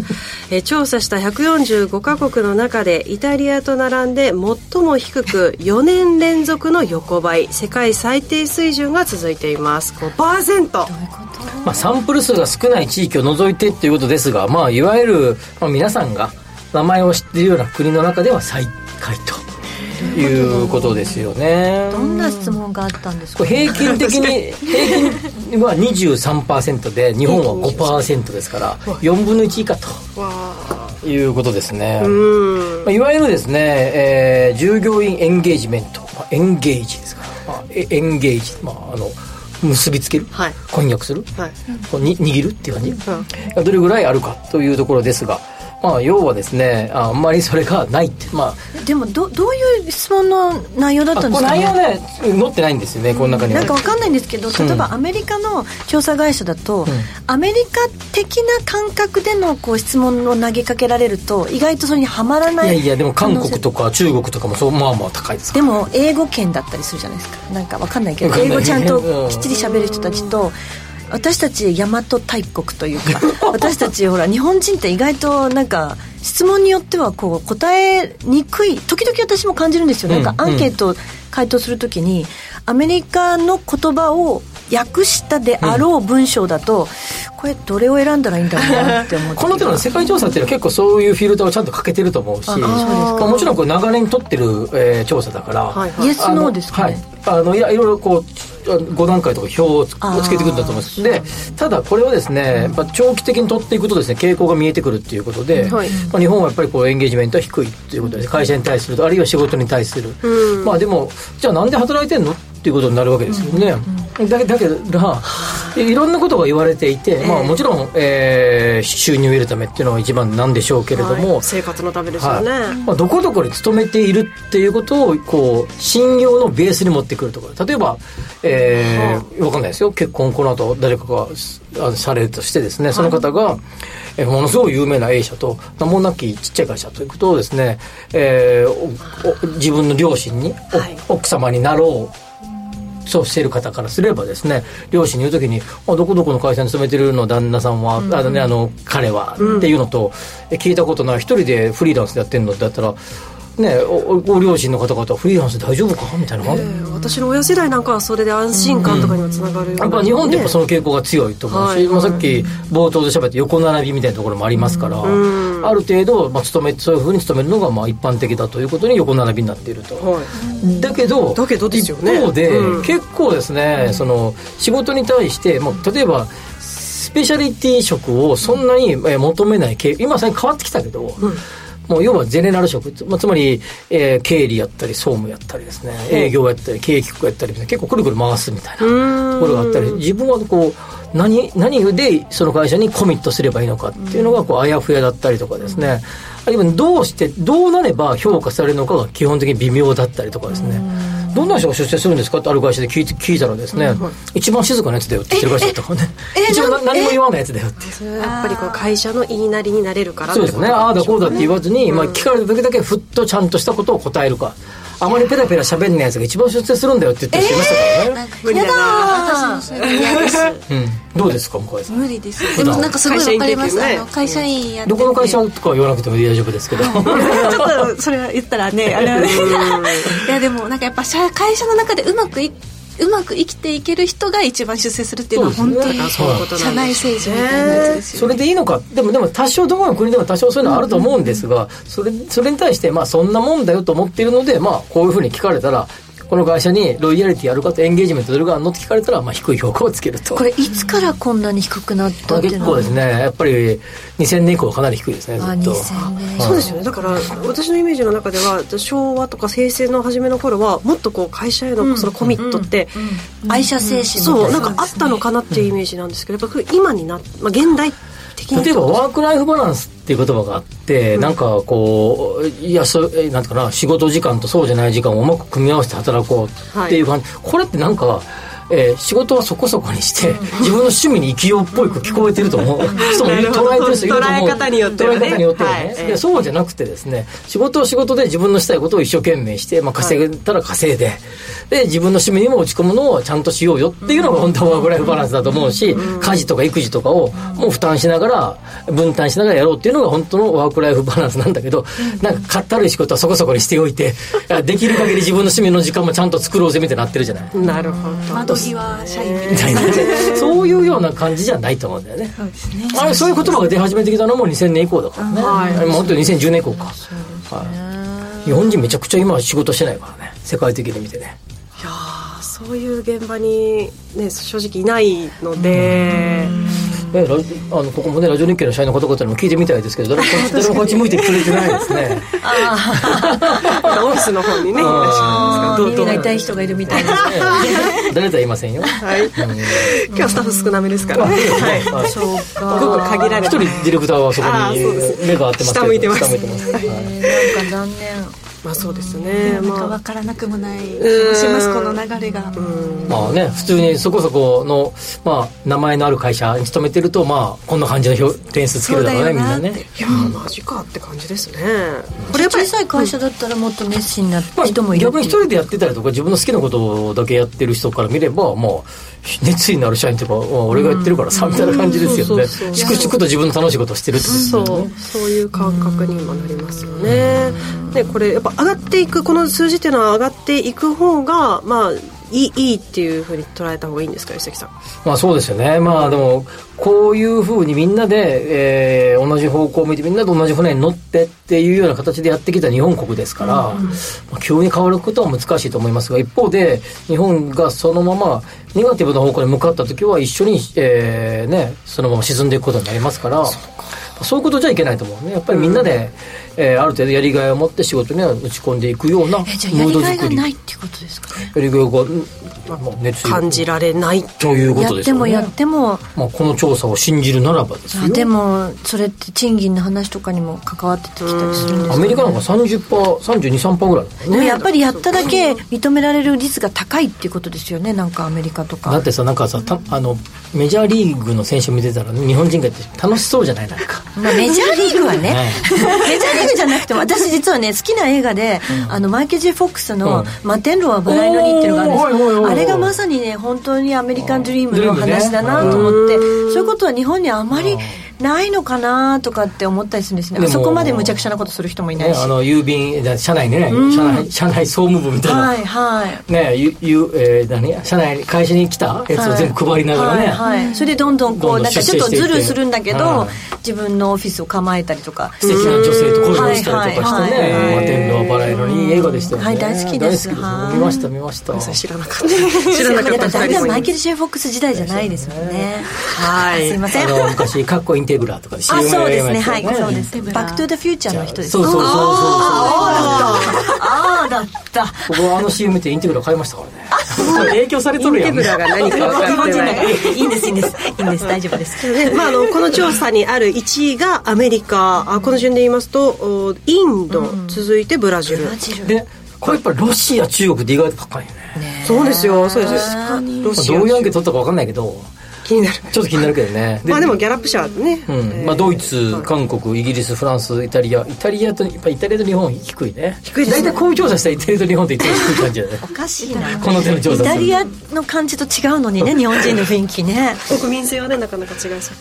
Speaker 4: えー調査した145カ国の中でイタリアと並んで最も低く4年連続の横ばい世界最低水準が続いています5%
Speaker 2: まあ、サンプル数が少ない地域を除いてっていうことですが、まあ、いわゆる、まあ、皆さんが名前を知っているような国の中では最下位ということですよね。
Speaker 3: どんな質問があったんです
Speaker 2: こ
Speaker 3: か
Speaker 2: れ平均的 に平均は23%で日本は5%ですから4分の1以下ということですね。まあいわゆるですね、えー従業員エンゲージメント、まあ、エンゲージですから、まあ、エエンゲージ、まあ、あの結びつける、
Speaker 4: はい
Speaker 2: 婚約する、
Speaker 4: はい
Speaker 2: こうに握るっていう感じ、がどれぐらいあるかというところですが、まあ、要はですねああんまりそれがないって、まあ、
Speaker 3: でもどどういう質問の内容だっ
Speaker 2: あ
Speaker 3: た
Speaker 2: こ
Speaker 3: んで
Speaker 2: の
Speaker 3: すか
Speaker 2: 内
Speaker 3: ね
Speaker 2: 容ね載ってないんですよねこの中には
Speaker 3: なんかわかんないんですけど例えばアメリカの調査会社だと、アメリカ的な感覚でのこう質問を投げかけられると意外とそれにはまらないい
Speaker 2: やいやでも
Speaker 3: 可
Speaker 2: 韓
Speaker 3: 能性
Speaker 2: 国とか中国とかもそうまあまあ高いですか
Speaker 3: でも英語圏だったりするじゃないですかなんかわかんないけ
Speaker 2: わ
Speaker 3: ど
Speaker 2: かん
Speaker 3: 英
Speaker 2: ない
Speaker 3: 語ちゃん
Speaker 2: うん
Speaker 3: ときっちり喋る人たちと私たち大和大国というか 私たちほら日本人って意外となんか質問によってはこう答えにくい時々私も感じるんですよ、
Speaker 2: うん
Speaker 3: なんかアンケート回答するときにアメリカの言葉を訳したであろう文章だと、これどれを選んだらいいんだろうなって思って
Speaker 2: この手 の世界調査っていうのは結構そういうフィルターをちゃんとかけてると思うしまあもちろんこう流れにとってる、えー調査だから、
Speaker 4: はい
Speaker 3: イエス
Speaker 2: あの
Speaker 3: ノーですかね
Speaker 2: はいあのいやいろいろこう5段階とか表をつけてくるんだと思いますでただこれはですねやっぱ長期的に取っていくとですね傾向が見えてくるっていうことで、はい、まあ、日本はやっぱりこうエンゲージメントは低いっていうことで会社に対するあるいは仕事に対する、うん、まあでもじゃあなんで働いてんのっていうことになるわけですよね、うんうん、だだけどいろんなことが言われていて、えー、まあ、もちろん、えー、収入を得るためっていうのは一番なんでしょうけれども、はい、
Speaker 4: 生活のためですよね、はい、
Speaker 2: まあ、どこどこに勤めているっていうことをこう信用のベースに持ってくるところ例えば、えー、分かんないですよ結婚この後誰かがあされるとしてですねその方が、はい、えものすごい有名な A 社と名もなきちっちゃい会社ということをですね、えー、自分の両親に、奥様になろうそうしている方からすればですね両親に言う時に「あどこどこの会社に勤めてるの旦那さんは、うん、あのね、あの彼は、うん」っていうのと聞いたことない一人でフリーランスでやってるのだったら。ね、おご両親の方々はフリーランス大丈夫かみたいな、え
Speaker 4: ー、私の親世代なんかはそれで安心感とかにもつながる、うん、
Speaker 2: やっぱ日本ってやっぱその傾向が強いと思うし、ね、まあ、さっき冒頭で喋って横並びみたいなところもありますから、うん、ある程度、まあ、勤めそういうふうに勤めるのがまあ一般的だということに横並びになっていると、はい、だけど
Speaker 4: だけど、ね、
Speaker 2: 一方で、うん、結構ですねその仕事に対して、まあ、例えばスペシャリティ職をそんなに求めない今それ変わってきたけど、もう要はゼネラル職つ,、まあ、つまり、えー、経理やったり総務やったりですね営業やったり経営企画やったり結構くるくる回すみたいなところがあったり自分はこう何何でその会社にコミットすればいいのかっていうのがこうあやふやだったりとかですねあるいはどうしてどうなれば評価されるのかが基本的に微妙だったりとかですねどんな人が出世するんですかってある会社で聞い聞いたらですね、うんはい、一番静かなやつだよって言ってる会社とかね 一番何も言わないやつだよって
Speaker 4: やっぱりこう会社の言いなりになれるから
Speaker 2: そうですねああだこうだって言わずに、うん、まあ、聞かれた時だけふっとちゃんとしたことを答えるかあまりペラペラ喋んないやつが一番出世するんだよって言ってる人いましたからね、えー、
Speaker 11: 無理だな私も
Speaker 2: それうん、どうですか向井さん
Speaker 11: 無理ですでもなんかすごい分かります会社,、ね、会社員やって
Speaker 2: どこの会社とか言わなくても大丈夫ですけど
Speaker 11: ちょっ とそれは言ったらねあれはねいやでもなんかやっぱ社会社の中でうまくいうまく生きていける人が一番出世するっていうのは本当に、ね、社内政治みたいなやつですよ、
Speaker 2: ね、それでいいのかでもでも多少どこの国でも多少そういうのはあると思うんですが、うん、それそれに対してまあそんなもんだよと思っているのでまあこういうふうに聞かれたらこの会社にロイヤリティあるかとエンゲージメントどれがあるのって聞かれたら、まあ、低い評価をつけると
Speaker 11: これいつからこんなに低くなったっていう
Speaker 2: のは、まあ、結構ですねやっぱり2000年以降はかなり低いですねずっと
Speaker 11: あ2000年、
Speaker 4: そうですよねだから私のイメージの中では昭和とか平成の初めの頃はもっとこう会社へのそのコミットって、
Speaker 11: うんうん、愛社精神
Speaker 4: そうなんかあったのかなっていうイメージなんですけどやっぱ今になまあ、現代的に
Speaker 2: 例えばワークライフバランスっていう言葉があって、うん、なんかこういやそなんかな仕事時間とそうじゃない時間をうまく組み合わせて働こうっていう感じ、はい、これってなんか、えー、仕事はそこそこにして、うん、自分の趣味に生きようっぽく聞こえてると 思う人も捉えてる人いると
Speaker 4: 思う捉え方によってはね
Speaker 2: によってはね、はい、そうじゃなくてですね仕事は仕事で自分のしたいことを一生懸命して、まあ、稼げたら稼いで、はい、で自分の趣味にも打ち込むのをちゃんとしようよっていうのが本当はワークライフバランスだと思うし、うん、家事とか育児とかをもう負担しながら分担しながらやろうっていうのが本当のワークライフバランスなんだけど、うん、なんかかったるい仕事はそこそこにしておいて できる限り自分の趣味の時間もちゃんと作ろうぜみたいになってるじゃない。
Speaker 4: なるほど
Speaker 11: 窓際社員み
Speaker 2: たいなそういうような感じじゃないと思うんだよねそうですねあれそういう言葉が出始めてきたのも2000年以降だからね、はい、本当に2010年以降か、ね、はい、日本人めちゃくちゃ今仕事してないからね世界的に見てね
Speaker 4: いやそういう現場に、ね、正直いないので
Speaker 2: ね、あのここもねラジオ日経の社員の方々にも聞いてみたいですけど誰も誰もこっち向いてくれてないですね
Speaker 4: ああオフィスの方にねいらっしゃ
Speaker 11: るんですかどう耳が痛い人がいるみたいです
Speaker 2: 誰とは言いませんよ、
Speaker 4: はい、今日はスタッフ少なめですからね、はい、そうかごく限ら
Speaker 2: 一
Speaker 4: れ
Speaker 2: 人ディレクターはそこに目が合ってます
Speaker 4: 下向いてます下向いて
Speaker 11: ます、はい、なんか残念
Speaker 4: まあそうですね、
Speaker 11: まあ、分からなくもないしますこの流れが
Speaker 2: まあね普通にそこそこの、まあ、名前のある会社に勤めてるとまあこんな感じの点数つけるだろうねみんなね
Speaker 4: いやマジかって感じですね、
Speaker 11: うん、これ小さい会社だったらもっと熱心な人もい
Speaker 2: る、まあ、逆に一人でやってたりとか自分の好きなことだけやってる人から見ればまあ熱意のある社員とか、まあ、俺がやってるからさ、うん、みたいな感じですよね粛々と自分の楽しいことしてるって、ね、
Speaker 4: そうそういう感覚にもなりますよね、でこれやっぱ上がっていくこの数字っていうのは上がっていく方がまあいいいいっていうふうに捉えた方がいいんですか吉崎さん
Speaker 2: まあそうですよねまあでもこういうふうにみんなで、えー、同じ方向を向いてみんなと同じ船に乗ってっていうような形でやってきた日本国ですから、うん、まあ、急に変わることは難しいと思いますが一方で日本がそのままネガティブな方向に向かった時は一緒に、えーね、そのまま沈んでいくことになりますからそういうことじゃいけないと思うねやっぱりみんなで、うん、えー、ある程度やりがいを持って仕事には打ち込んでいくようなムード作り
Speaker 3: やりがいがないっていうことですかね
Speaker 2: やりがいが、
Speaker 4: まあ、熱感じられない
Speaker 2: ということです
Speaker 3: よねやってもやって
Speaker 2: も、まあ、この調査を信じるならばですよ
Speaker 3: でもそれって賃金の話とかにも関わってきたりするんです、ね、
Speaker 2: アメリカなんか 30%32%3% ぐらい、
Speaker 3: ね、でもやっぱりやっただけ認められる率が高いっていうことですよねなんかアメリカとか
Speaker 2: だってさなんかさたあのメジャーリーグの選手見てたら日本人が楽しそうじゃないなんか
Speaker 3: まあ、メジャーリーグはね、ね メジャーリーグじゃなくても、私実はね、好きな映画で、うん、あの、マイケル・ジェフォックスの、うん、マテンロはバラ色にっていうのがあるんですけど、あれがまさにね、本当にアメリカン・ドリームの話だなと思って、ね、そういうことは日本にあまり、ないのかなとかって思ったりするんですねそこまで無茶苦茶なことする人もいないし、ね、
Speaker 2: あの郵便社内ね、うん、社内社内総務部みたいな
Speaker 3: はいはい
Speaker 2: ねゆゆ、えー、何社内会社に来たやつを全部配りながらね、
Speaker 3: はい、はい、それでどんどんこうなんかちょっとズルするんだけど、自分のオフィスを構えたりとか
Speaker 2: 素敵な女性と恋をしたりとかしてね「摩天楼バラ色」にいい映画でしたよね
Speaker 3: はい大好きです
Speaker 2: 見ました見ました
Speaker 4: 知らなかった知らなかった
Speaker 3: だんだんマイケル・シェイ・フォックス時代じゃないですもんねはいすいません
Speaker 2: 昔かっこいいテーブラーとかで CM
Speaker 3: やそうですねはいそうですバック・トゥ・ザ・フューチャーの人です
Speaker 2: そうそうそうそう
Speaker 3: ああだった
Speaker 2: ああだった僕はあの CM ってインテグラ買いましたからね影響されとるやんイン
Speaker 4: テグラが何か分かってない
Speaker 3: いいんですいいんですいいんです大丈夫です
Speaker 4: まああのこの調査にある1位がアメリカあこの順で言いますとインド、うん、続いてブラジル
Speaker 2: でこれやっぱりロシア中国で意外と高いよね
Speaker 4: そうですよそうです
Speaker 2: ロシアどういうアンケート取ったか分かんないけど
Speaker 4: 気になる
Speaker 2: ちょっと気になるけどね
Speaker 4: まあでもギャラップ社ね、
Speaker 2: うんまあ、ドイツ韓国イギリスフランスイタリアイタリアとやっぱイタリアと日本低いね
Speaker 4: 低い
Speaker 2: 大体こういう調査したらイタリアと日本って一番低い感じ だね
Speaker 3: おかしいな
Speaker 2: この手の調査
Speaker 3: イタリアの感じと違うのにね日本人の雰囲気ね
Speaker 4: 国民性はねなかなか違いそう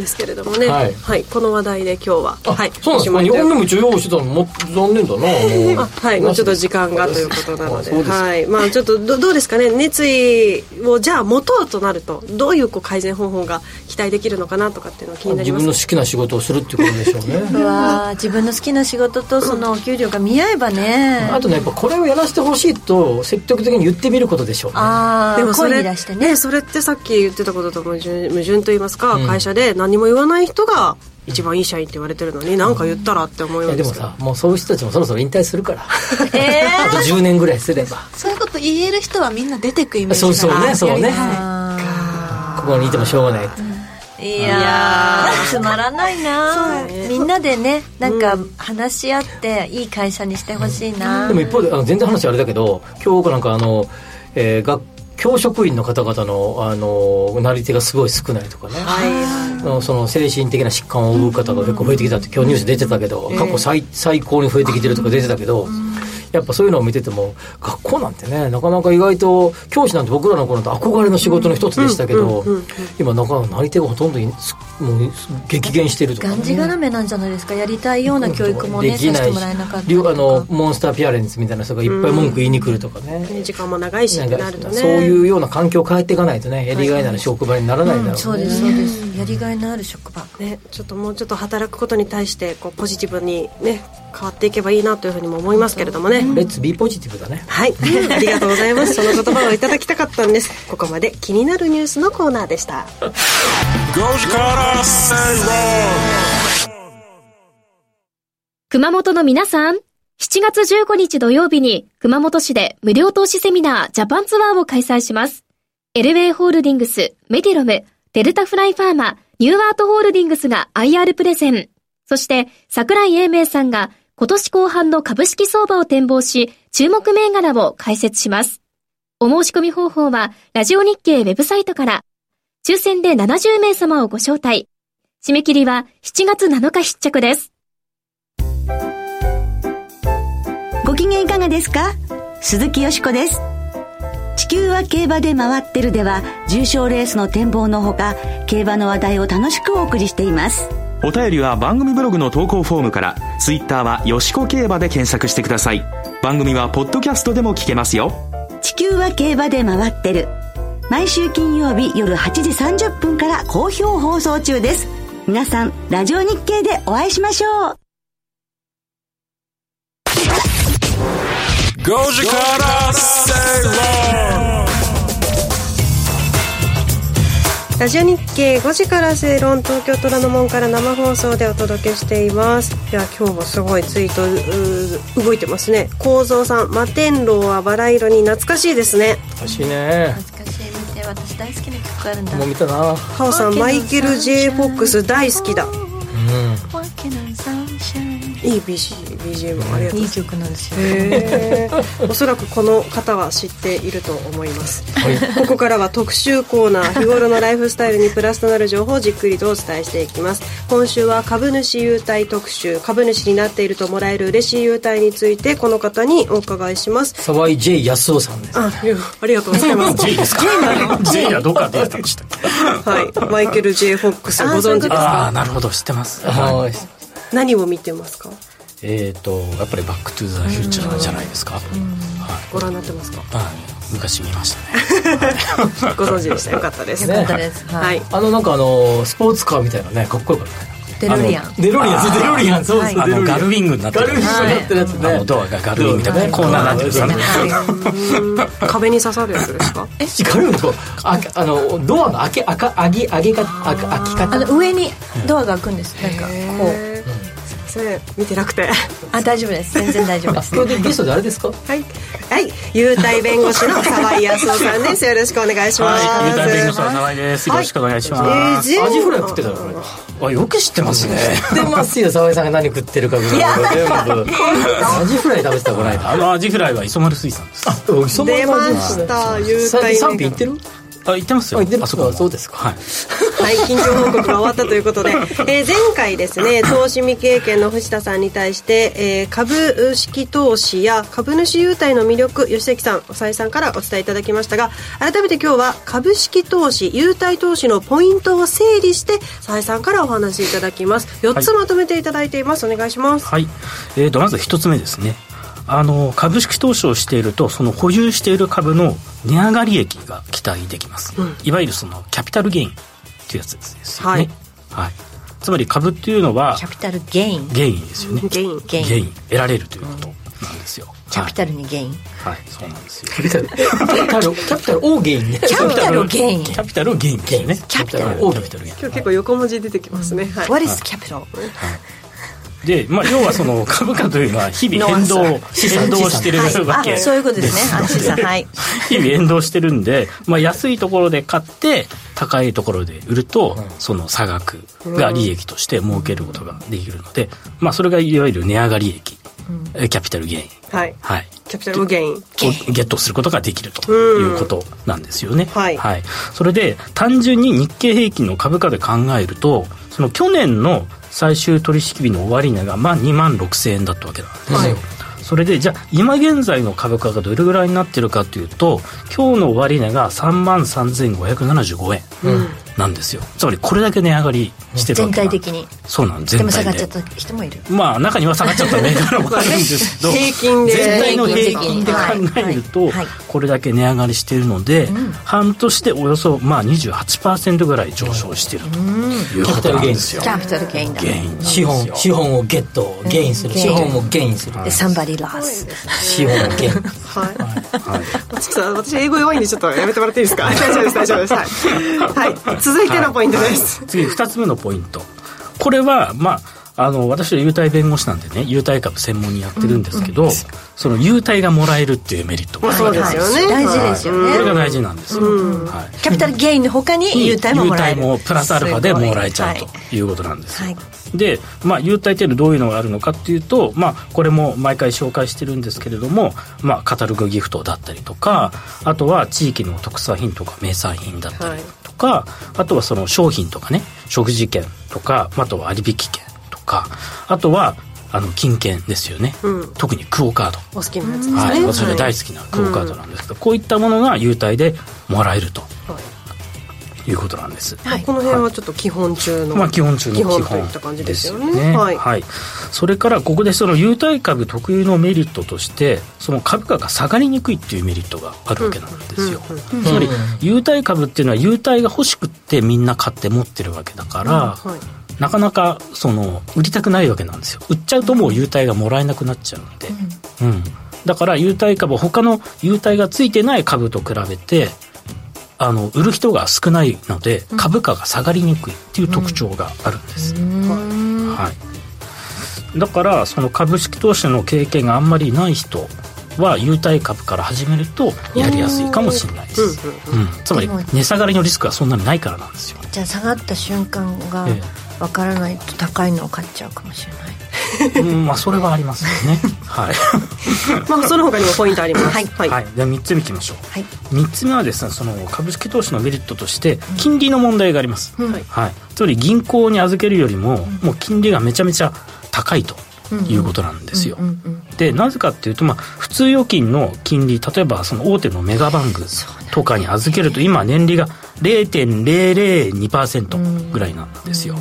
Speaker 4: ですけれどもね、はい、はい、この話題で今日は、はい、
Speaker 2: そうなんですか。日本でも一応用意してたのも残念だな。。
Speaker 4: もうはい、もうちょっと時間がということなので、ではい、まあちょっとどどうですかね、熱意をじゃあ持とうとなるとどういうこう改善方法が期待できるのかなとかっていうの気になります
Speaker 2: 自分の好きな仕事をするっていうことでしょう ね。
Speaker 3: わ自分の好きな仕事とそのお給料が見合えばね。
Speaker 2: あとね、やっぱこれをやらせてほしいと積極的に言ってみることでしょうね。
Speaker 3: ああ、でも
Speaker 4: それ
Speaker 3: ね、ね、
Speaker 4: それってさっき言ってたことと矛盾矛盾と言いますか、うん、会社で何も言わない人が一番いい社員って言われてるのに何か言ったらって思うよう
Speaker 2: でもさもうそういう人たちもそろそろ引退するから、 えー、あと10年ぐらいすれば
Speaker 11: そういうこと言える人はみんな出てくイメージ
Speaker 2: そうそうねそうねここにいてもしょうがない、
Speaker 3: いやつまらないな、ね、みんなでねなんか話し合っていい会社にしてほしいな、
Speaker 2: でも一方であの全然話あれだけど今日なんかあの、えー、学教職員の方々の、あの、なり手がすごい少ないとかね。はい、その精神的な疾患を負う方が結構増えてきたって、今日ニュース出てたけど、過去最、えー、最高に増えてきてるとか出てたけど、やっぱそういうのを見てても、学校なんてね、なかなか意外と、教師なんて僕らの頃と憧れの仕事の一つでしたけど、今なかなかなり手がほとんどもう激減してるとか、
Speaker 3: ね。がんじがらめなんじゃないですか、やりたいような教育もね、できないもらえなかったり
Speaker 2: あの、モンスターピアレンスみたいな人がいっぱい文句言いに来るとかね。
Speaker 4: 時間も長いし、ね、
Speaker 2: そういうような環境を変えていかないとね、やりがいのある職場にならないだろう、ねうん、
Speaker 3: そうです、そうです。やりがいのある職場。
Speaker 4: ね、ちょっともうちょっと働くことに対して、こう、ポジティブにね、変わっていけばいいなというふうにも思いますけれどもね。
Speaker 2: レッツビーポジティブだね。
Speaker 4: はい、 ありがとうございます。その言葉をいただきたかったんです。ここまで気になるニュースのコーナーでした。
Speaker 5: 熊本の皆さん、7月15日土曜日に熊本市で無料投資セミナージャパンツアーを開催します。エルウェイホールディングス、メディロム、デルタフライファーマ、ニューアートホールディングスが IR プレゼン。そして、桜井英明さんが今年後半の株式相場を展望し、注目銘柄を解説します。お申し込み方法は、ラジオ日経ウェブサイトから、抽選で70名様をご招待。締め切りは7月7日必着です。
Speaker 12: ご機嫌いかがですか鈴木よしこです。地球は競馬で回ってるでは、重賞レースの展望のほか、競馬の話題を楽しくお送りしています。
Speaker 10: お便りは番組ブログの投稿フォームから、ツイッターはよしこ競馬で検索してください。番組はポッドキャストでも聞けますよ。
Speaker 12: 地球は競馬で回ってる。毎週金曜日夜8時30分から好評放送中です。皆さん、ラジオ日経でお会いしましょう。
Speaker 1: 5時から正論
Speaker 4: ラジオ日経5時から正論東京虎ノ門から生放送でお届けしていますいや今日もすごいツイート動いてますね構造さん摩天楼はバラ色に懐かしいですね
Speaker 2: 懐しいね
Speaker 11: 懐かしい見て私大好きな曲あるんだ
Speaker 2: もう見たな
Speaker 4: ハオさんマイケル・ J・フォックス大好きだうん、いい BG BGM ありがとう
Speaker 11: いい曲なんですよ
Speaker 4: おそらくこの方は知っていると思います、はい、ここからは特集コーナー日頃のライフスタイルにプラスとなる情報をじっくりとお伝えしていきます今週は株主優待特集株主になっているともらえる嬉しい優待についてこの方にお伺いします
Speaker 2: 沢井 J 安夫さんです
Speaker 4: あありがとうございます
Speaker 10: J ですか J はどこから出てたんでした
Speaker 4: はいマイケル J フォックスご存知ですか、
Speaker 2: あなるほど知ってますはい
Speaker 4: 何を見てますか
Speaker 10: えっ、とやっぱり「バック・トゥ・ザ・フューチャー」じゃないですか、はい、
Speaker 4: ご覧になってますか、
Speaker 10: はい、昔見ま
Speaker 4: したねご存知でしたよかったです、
Speaker 11: ね、よかったです、はい、はい、
Speaker 2: あのなんかあのスポーツカーみたいなねかっこよかったね
Speaker 11: デロリアン
Speaker 2: デロリアンデロリアンそうそう
Speaker 10: あのガルウィングになってる
Speaker 2: ガルウィングになってるやつね
Speaker 10: あのドアがガルウィングみたいなコーナーなんてですね
Speaker 4: 壁に刺さるやつですかえ
Speaker 2: 違うよああのドアの開け開か上げ上げが開開き方
Speaker 11: あの上にドアが開くんですなんかこう
Speaker 4: それ見てなくて
Speaker 11: あ大丈夫です全然大丈夫 です
Speaker 2: 今日でゲストであれですか
Speaker 4: はいはい優待弁護士の沢井康夫さんですよろしくお願いします
Speaker 10: 優待弁護士の沢井ですよろしくお願いします
Speaker 2: アジフライ食ってたの
Speaker 10: あよく知ってますね
Speaker 2: 知ってますよ沢井さんが何食ってるかぐらいアジフライ食べてたこないだ
Speaker 10: あのアジフライは磯丸水産ですあ
Speaker 4: 磯丸出ました優待
Speaker 2: 賛否言ってる
Speaker 10: あ言ってますよ。
Speaker 2: あそうそうですか。はい。
Speaker 4: はい、緊張報告が終わったという ことで、えー、前回ですね、投資未経験の藤田さんに対して、えー、株式投資や株主優待の魅力、吉崎さん、おさいさんからお伝えいただきましたが、改めて今日は株式投資、優待投資のポイントを整理して、さいさんからお話しいただきます。4つまとめていただいています。はい、お願いします。
Speaker 10: はい。えー、と、まず1つ目ですね。あの株式投資をしているとその保有している株の値上がり益が期待できます、うん、いわゆるそのキャピタルゲインというやつですよね、はい、はい、つまり株っていうのは
Speaker 11: キャピタルゲイン
Speaker 10: ゲインですよね
Speaker 11: ゲインゲ
Speaker 10: イン得られるということなんですよ、うん
Speaker 11: キャピタルにゲイン。
Speaker 10: はい、そうなんですよ。
Speaker 2: キャピタル、キャピタルをゲイン。キ
Speaker 11: ャピタルをゲイン。
Speaker 10: キャピタルをゲインですよね。
Speaker 11: キャピタルを
Speaker 10: ゲイン。今日
Speaker 4: 結構横文字出てきますね。はい。
Speaker 11: What is capital?
Speaker 10: で、まあ、要はその 株価というのは日々変動変動してるわけ、
Speaker 11: そういうことですねはい
Speaker 10: 日々変動してるんで、まあ、安いところで買って高いところで売ると、その差額が利益として儲けることができるので、まあ、それがいわゆる値上がり益、うん、キャピタルゲイン
Speaker 4: はい、はい、キャピタルゲインを
Speaker 10: ゲットすることができるということなんですよね、はい、はい、それで単純に日経平均の株価で考えるとその去年の最終取引日の終値がまあ2万6000円だったわけなんですよ、はい、それでじゃあ今現在の株価がどれぐらいになってるかというと今日の終値が3万3575円なんですよ、うん、つまりこれだけ値上がりしてるわ
Speaker 11: け全体的に
Speaker 10: そうなん全体でも
Speaker 11: 下がっちゃった人もいる
Speaker 10: まあ中には下がっちゃった銘柄もあるんですけど
Speaker 4: 平均で
Speaker 10: 全体の平均で考えるとこれだけ値上がりしているので、うん、半年でおよそまあ28%ぐらい上昇しているということなんですよ、
Speaker 11: キャピタルゲインだ
Speaker 2: 資本資本をゲットゲインする資本をゲインする
Speaker 11: でサンバリラース
Speaker 2: 資本をゲイン
Speaker 4: はいちょっと私英語弱いんでちょっとやめてもらっていいですか大丈夫です大丈夫ですはい続いてのポイントです
Speaker 10: 次2つ目のポイントこれはまああの私は優待弁護士なんでね優待株専門にやってるんですけど、その優待がもらえるっていうメリットが
Speaker 4: そうですよね、
Speaker 11: 大事ですよね、
Speaker 10: これが大事なんですよ、はい
Speaker 11: キャピタルゲインのほかに優待ももらえる
Speaker 10: 優待もプラスアルファでもらえちゃうということなんですよ、で、まあ、優待ってどういうのがあるのかっていうと、まあ、これも毎回紹介してるんですけれども、まあ、カタログギフトだったりとかあとは地域の特産品とか名産品だったりとか、はい、あとはその商品とかね食事券とかあとは割引券とかあとはあの金券ですよね、うん、特にクオ・カード
Speaker 4: お好きなやつですね、はい、
Speaker 10: 私が大好きなクオ・カードなんですけど、うん、こういったものが優待でもらえると。はいいうことなんです、
Speaker 4: はい、この辺はちょっと基本中の、
Speaker 10: まあ、基本中の基
Speaker 4: 本といった感じですよね、ね、
Speaker 10: はい、それからここでその優待株特有のメリットとしてその株価が下がりにくいっていうメリットがあるわけなんですよ、うんうん、つまり優待株っていうのは優待が欲しくってみんな買って持ってるわけだから、うんはいなかなかその売りたくないわけなんですよ売っちゃうともう優待がもらえなくなっちゃうんで、うん、うん、だから優待株他の優待がついてない株と比べてあの売る人が少ないので株価が下がりにくいっていう特徴があるんです、うんうん、はい、だからその株式投資の経験があんまりない人は優待株から始めるとやりやすいかもしれないです、うん、うん、つまり値下がりのリスクはそんなにないからなんですよ
Speaker 11: じゃあ下がった瞬間がわからないと高いのを買っちゃうかもしれない
Speaker 10: うん、まあそれはありますよねはい
Speaker 4: まあその他にもポイントあります
Speaker 10: はい、はい、では3つ目いきましょう、はい、3つ目はですねその株式投資のメリットとして金利の問題があります、うん、はい、はい、つまり銀行に預けるよりも、うん、もう金利がめちゃめちゃ高いということなんですよ、でなぜかっていうと、まあ、普通預金の金利例えばその大手のメガバンクとかに預けると、今年利が0.002%ぐらいなんですよ、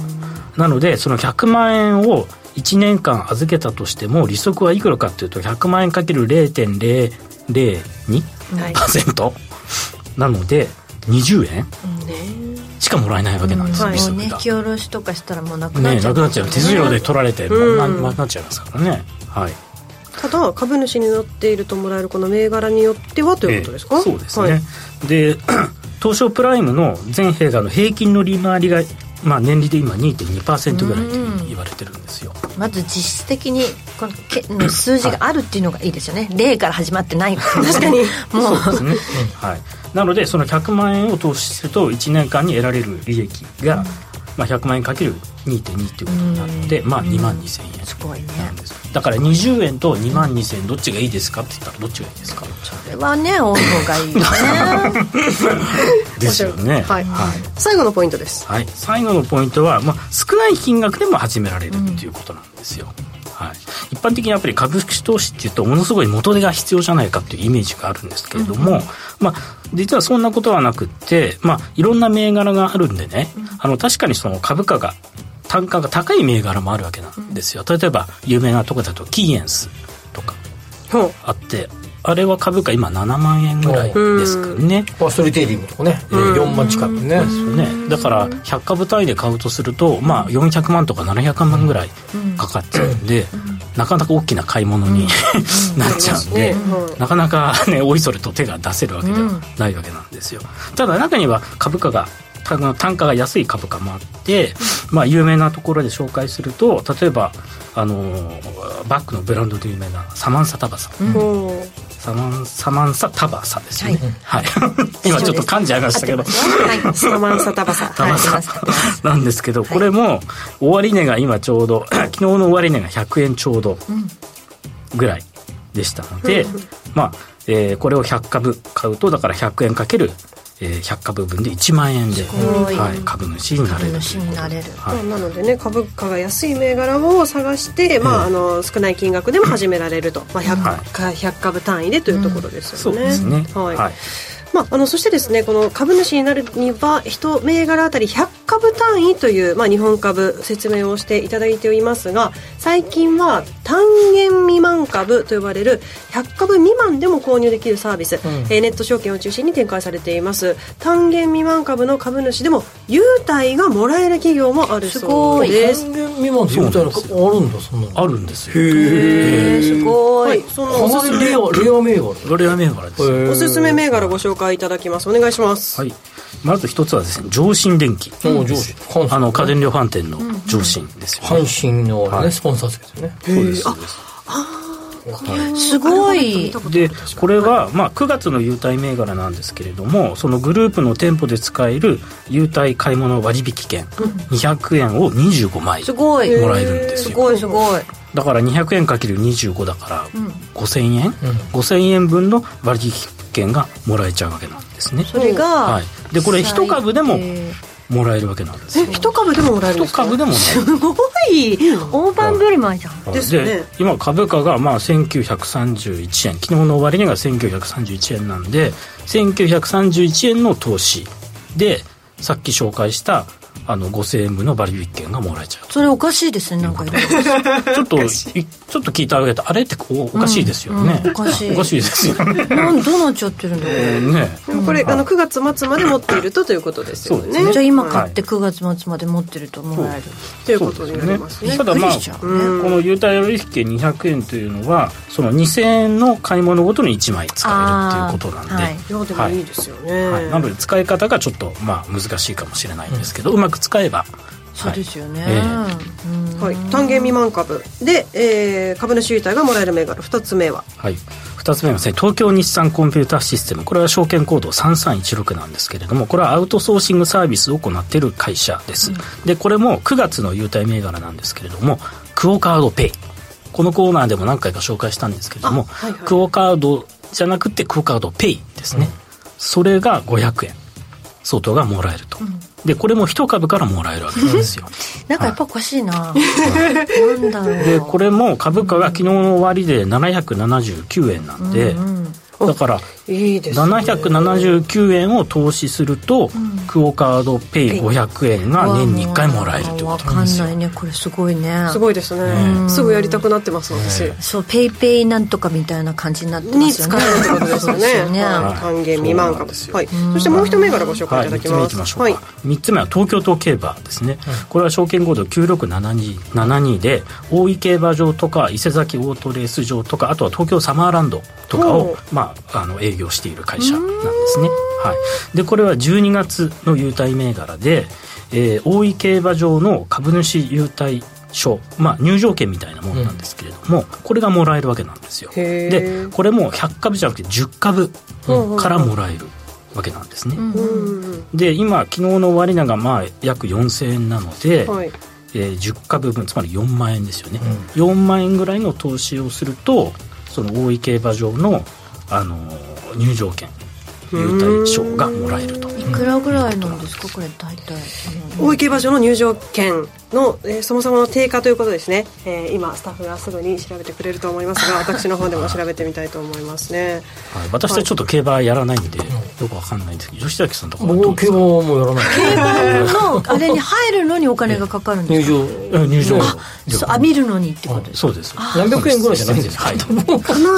Speaker 10: なのでその100万円を1年間預けたとしても利息はいくらかっていうと100万円かける0.002%、はい、なので20円、しかもらえないわけなんですよ、うんはい、
Speaker 11: 利息が、ね、下ろしとかしたらもうなくなっちゃう、
Speaker 10: ね、なくなっちゃう手数料で取られてもうな,、なくなっちゃいますからねはい
Speaker 4: ただ株主になっているともらえるこの銘柄によってはということですか、えー、
Speaker 10: そうですね、はい、で 東証プライムの全弊がの平均の利回りがまあ、年利で今2.2%ぐらいと言われてるんですよ
Speaker 11: まず実質的にこのけの数字があるっていうのがいいですよね、はい、0から始まってない
Speaker 4: 確 かに
Speaker 10: もうそうですね、はい、なのでその100万円を投資すると1年間に得られる利益が、うん、まあ、100万円かける2.2っていうことになるので、うん、まあ、2万2000円なんです、うんね、だから20円と2万2000円どっちがいいですかって言ったらどっちがいいですか
Speaker 11: それはね多い方がいいね
Speaker 10: ですよね、
Speaker 4: はい、はい、最後のポイントです、
Speaker 10: はい、最後のポイントは、まあ、少ない金額でも始められるっていうことなんですよ、うんはい、一般的にやっぱり株式投資っていうとものすごい元手が必要じゃないかっていうイメージがあるんですけれども、うん、まあ、実はそんなことはなくって、まあ、いろんな銘柄があるんでね、うん、あの確かにその株価が単価が高い銘柄もあるわけなんですよ、うん、例えば有名なとこだとキーエンスとかあってあれは株価今7万円ぐらいですかね
Speaker 2: ファーストリテイリングとかね、えー、4万近くね
Speaker 10: そうですよねだから100株単位で買うとするとまあ400万とか700万ぐらいかかっちゃうんで、なかなか大きな買い物に なっちゃうんで、なかなかねおいそれと手が出せるわけではないわけなんですよただ中には株価が単価が安い株価もあって、まあ、有名なところで紹介すると例えばあのバッグのブランドで有名なサマンサタバさん、うんサマンサマンサタバサですね。はい。はい、 今ちょっと噛んじゃいましたけど。
Speaker 4: はい。サマンサタバサ。
Speaker 10: タバサ。なんですけど、はい、これも終値が今ちょうど 昨日の終値が100円ちょうどぐらいでしたので、うん、まあ、えー、これを100株買うとだから100円かけるえー、100株分で1万円で、はい、株主になれる株
Speaker 11: 主になれる、
Speaker 4: はい、なのでね株価が安い銘柄を探して、うん、まあ、あの少ない金額でも始められると、まあ 100,、はい、100株単位でというところですよね。
Speaker 10: うん、そうですね、
Speaker 4: はい、はいまあ、あのそしてですねこの株主になるには1銘柄あたり100株単位という、まあ、日本株説明をしていただいておりますが最近は単元未満株と呼ばれる100株未満でも購入できるサービス、うん、えー、ネット証券を中心に展開されています単元未満株の株主でも優待がもらえる企業もあるそうです
Speaker 2: 単元未満で優待があるんだそんな
Speaker 10: あるんですよ
Speaker 11: へえすごい、はい、
Speaker 2: そのおすすめレア銘柄
Speaker 10: レア銘柄です
Speaker 4: おすすめ銘柄ご紹介いただきますお願いします、
Speaker 10: はい、まず一つはですね上信電機あの家電量販店の上信ですよね
Speaker 2: 阪神の、ねはい、スポンサーつけてね
Speaker 10: そうですそうです
Speaker 11: はい、すごい
Speaker 10: でこれは、まあ、9月の優待銘柄なんですけれどもそのグループの店舗で使える優待買い物割引券200円を25枚もらえるんですよす
Speaker 11: ごいすごい
Speaker 10: だから200円かける25だから5000円、うん、5000円分の割引券がもらえちゃうわけなんですね、
Speaker 11: それが、はい
Speaker 10: でこれ1株でももらえるわけなんですよ
Speaker 11: 一株でももらえるんです
Speaker 10: 株でも
Speaker 11: すごい大盤振る舞いじゃん、
Speaker 10: はい、ですね今株価がまあ1931円昨日の終値が1931円なんで1931円の投資でさっき紹介したあの5000円分のバリュー一券がもらえちゃう
Speaker 3: それおかしいですねなんか
Speaker 10: ちょっとちょっと聞いてあげたあれってこうおかしいですよ
Speaker 3: う
Speaker 10: ね、
Speaker 3: んうん、おかしい
Speaker 10: おかしいですよね
Speaker 3: どうなっちゃってるんだろう、え
Speaker 10: ー、ね
Speaker 4: でもこれ、うん、あの9月末まで持っているとということですよね、ね、
Speaker 3: じゃあ今買って9月末まで持ってるともらえる
Speaker 4: ということになりますね、ね、、
Speaker 10: ただまあ、ね、この優待より引け200円というのはその2000円の買い物ごとに1枚使えるっていうことなんで、はい
Speaker 4: いやでもいいですよね、
Speaker 10: はい、なので使い方がちょっとまあ難しいかもしれないんですけど、うまく使えば
Speaker 3: そうですよね、
Speaker 4: はい、単元未満株で、えー、株主優待がもらえる銘柄2つ目は
Speaker 10: はい2つ目はですね東京日産コンピューターシステムこれは証券コード3316なんですけれどもこれはアウトソーシングサービスを行っている会社です、うん、でこれも9月の優待銘柄なんですけれどもクオカードペイこのコーナーでも何回か紹介したんですけれども、はいはい、クオカードじゃなくてクオカードペイですね、うん、それが500円相当がもらえると、うんでこれも一株からもらえるわけなんです よ
Speaker 3: なんかやっぱおかしいな、はい、なんだ ろう
Speaker 10: でこれも株価が昨日の終で779円なんで、うんうん、だから
Speaker 4: いいです、ね、
Speaker 10: 779円を投資すると、うん、クオ・カードペイ500円が年に1回もらえるってことなんですよ
Speaker 3: 分かんないねこれすごいね
Speaker 4: すごいですね、ね、すぐやりたくなってます私、ね、
Speaker 3: そうペイペイなんとかみたいな感じになってますよね
Speaker 4: に使えるってことですよね還元未満株ですはい、そしてもう一銘柄ご紹介いただきます、
Speaker 10: はい、3つ目は東京都競馬ですね、はい、これは証券コード9672で大井競馬場とか伊勢崎オートレース場とかあとは東京サマーランドとかを、まあ、あの営業している会社なんですね。はい、でこれは12月の優待銘柄で、えー、大井競馬場の株主優待証、まあ、入場券みたいなものなんですけれども、うん、これがもらえるわけなんですよ。でこれも100株じゃなくて10株からもらえる。わけなんですね、うんうん、で今昨日の終値がまあ約4000円なので、はい、えー、10株分つまり4万円ですよね、うん、4万円ぐらいの投資をするとその大井競馬場の、あの入場券優待賞がもらえると
Speaker 3: いくらぐらいなんですかこれ大体
Speaker 4: 大井競馬場の入場券の、えー、そもそもの定価ということですね、えー、今スタッフがすぐに調べてくれると思いますが私の方でも調べてみたいと思いますね、
Speaker 10: はい、私はちょっと競馬やらないんで、はい、よくわかんないんですけど吉崎さんとか
Speaker 2: も競馬もやらない
Speaker 3: 競馬のあれに入るのにお金がかかるんです
Speaker 10: か入場入
Speaker 3: 場そう浴びるのにってことです
Speaker 10: そうです
Speaker 2: 何百円ぐらいじゃないんですか、はい、
Speaker 10: 多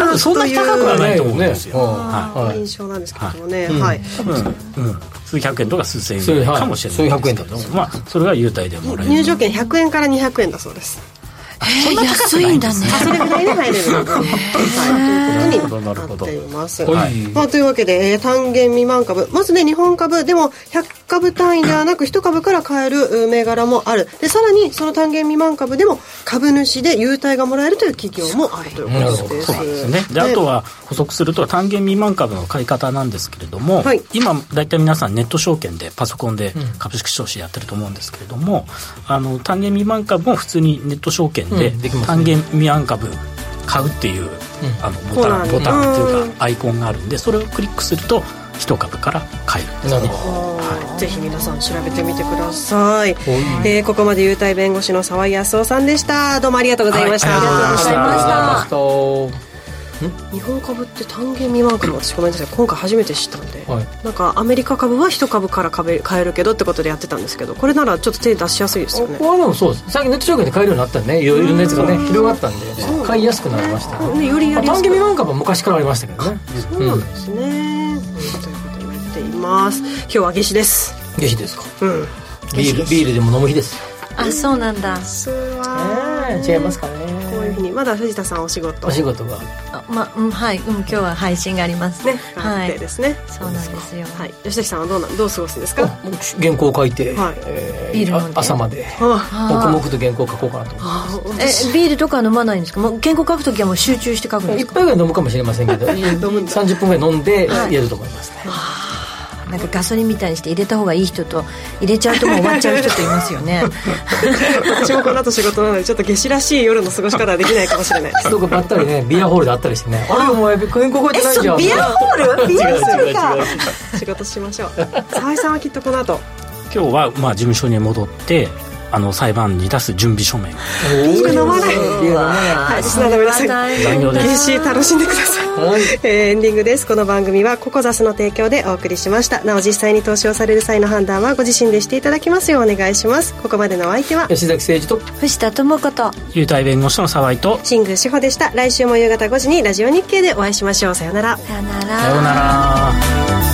Speaker 10: 分そんなに高くはないと思うんですよ、
Speaker 4: はい、印象なんですけどもね、はい、
Speaker 10: うん、うん、数百円とか数千円ぐらいかもしれない、はい、数百円だとまあそれが優待でもらえる
Speaker 4: 入場券100円から200円だそうです
Speaker 3: えー、そん安いんだね。
Speaker 4: それぐらいで入れ
Speaker 3: 、
Speaker 4: るの、ね。はい。ということになっています。はい。まあというわけで、えー、単元未満株、まずね日本株でも100株単位ではなく1株から買える銘柄もある。でさらにその単元未満株でも株主で優待がもらえるという企業もあるということです。
Speaker 10: そうですね。であとは補足すると単元未満株の買い方なんですけれども、はい、今大体皆さんネット証券でパソコンで株式投資やってると思うんですけれども、うん、あの単元未満株も普通にネット証券で、うんでね、単元未安株買うっていう、うん、あのボタンボタンというかアイコンがあるんでそれをクリックすると一株から買えるんですね、
Speaker 4: はい、ぜひ皆さん調べてみてください、えー、ここまで優待弁護士の沢井康夫さんでしたどうもありがとうございました、はい
Speaker 3: ありがとうございました
Speaker 4: 日本株って単元未満株私ごめんなさい今回初めて知ったんで、はい、なんかアメリカ株は1株から買えるけどってことでやってたんですけどこれならちょっと手出しやすいですよね
Speaker 2: ここはでもそうです最近ネット証券で買えるようになったんでいろいろなやつがね広がったんで、ね、買いやすくなりましたね、
Speaker 4: ね、よりやり
Speaker 2: 単元未満株は昔からありましたけどね
Speaker 4: そうなんですね、うん、ということになっています今日は夏至です
Speaker 2: 夏至ですか
Speaker 4: うん
Speaker 2: ビールビールでも飲む日です
Speaker 3: あそうなんだ
Speaker 4: すわ
Speaker 2: 違いますかね
Speaker 4: まだ藤田さんお仕事
Speaker 2: お仕事が
Speaker 3: あまうんはいうん今日は配信があります
Speaker 4: ねはいですね、
Speaker 3: そうなんですよはい
Speaker 4: 吉崎さんはどうなどう過ごすんですか
Speaker 2: 原稿書いて、はいえー、ビール朝まで黙々と原稿書こうかなと思って
Speaker 3: えビールとか飲まないんですかもう原稿書く時はもう集中して書くんです
Speaker 2: か一杯ぐらい飲むかもしれませんけど30分ぐらい飲んでやると思いますね、
Speaker 3: なんかガソリンみたいにして入れた方がいい人と入れちゃうともう終わっちゃう人といますよ ね
Speaker 4: 私もこの後仕事なのでちょっと夏至らしい夜の過ごし方はできないかもしれないです
Speaker 2: どこばったりねビアホールであったりしてね あれお前クインコ超えてないじゃん
Speaker 3: ビアホールビアホールか
Speaker 4: 仕事しましょう澤井さんはきっとこの後
Speaker 10: 今日はまあ事務所に戻ってあの裁判に出す準備書面
Speaker 4: ビール飲まないはい、リスナーの皆さん厳しい楽しんでください、えーエンディングですこの番組はココザスの提供でお送りしましたなお実際に投資をされる際の判断はご自身でしていただきますようお願いしますここまでのお相手は
Speaker 2: 吉崎誠二と
Speaker 11: 藤田智子と
Speaker 10: 優待弁護士の沢井と
Speaker 4: 新宮志保でした来週も夕方5時にラジオ日経でお会いしましょうさよなら
Speaker 11: さよなら
Speaker 10: さようなら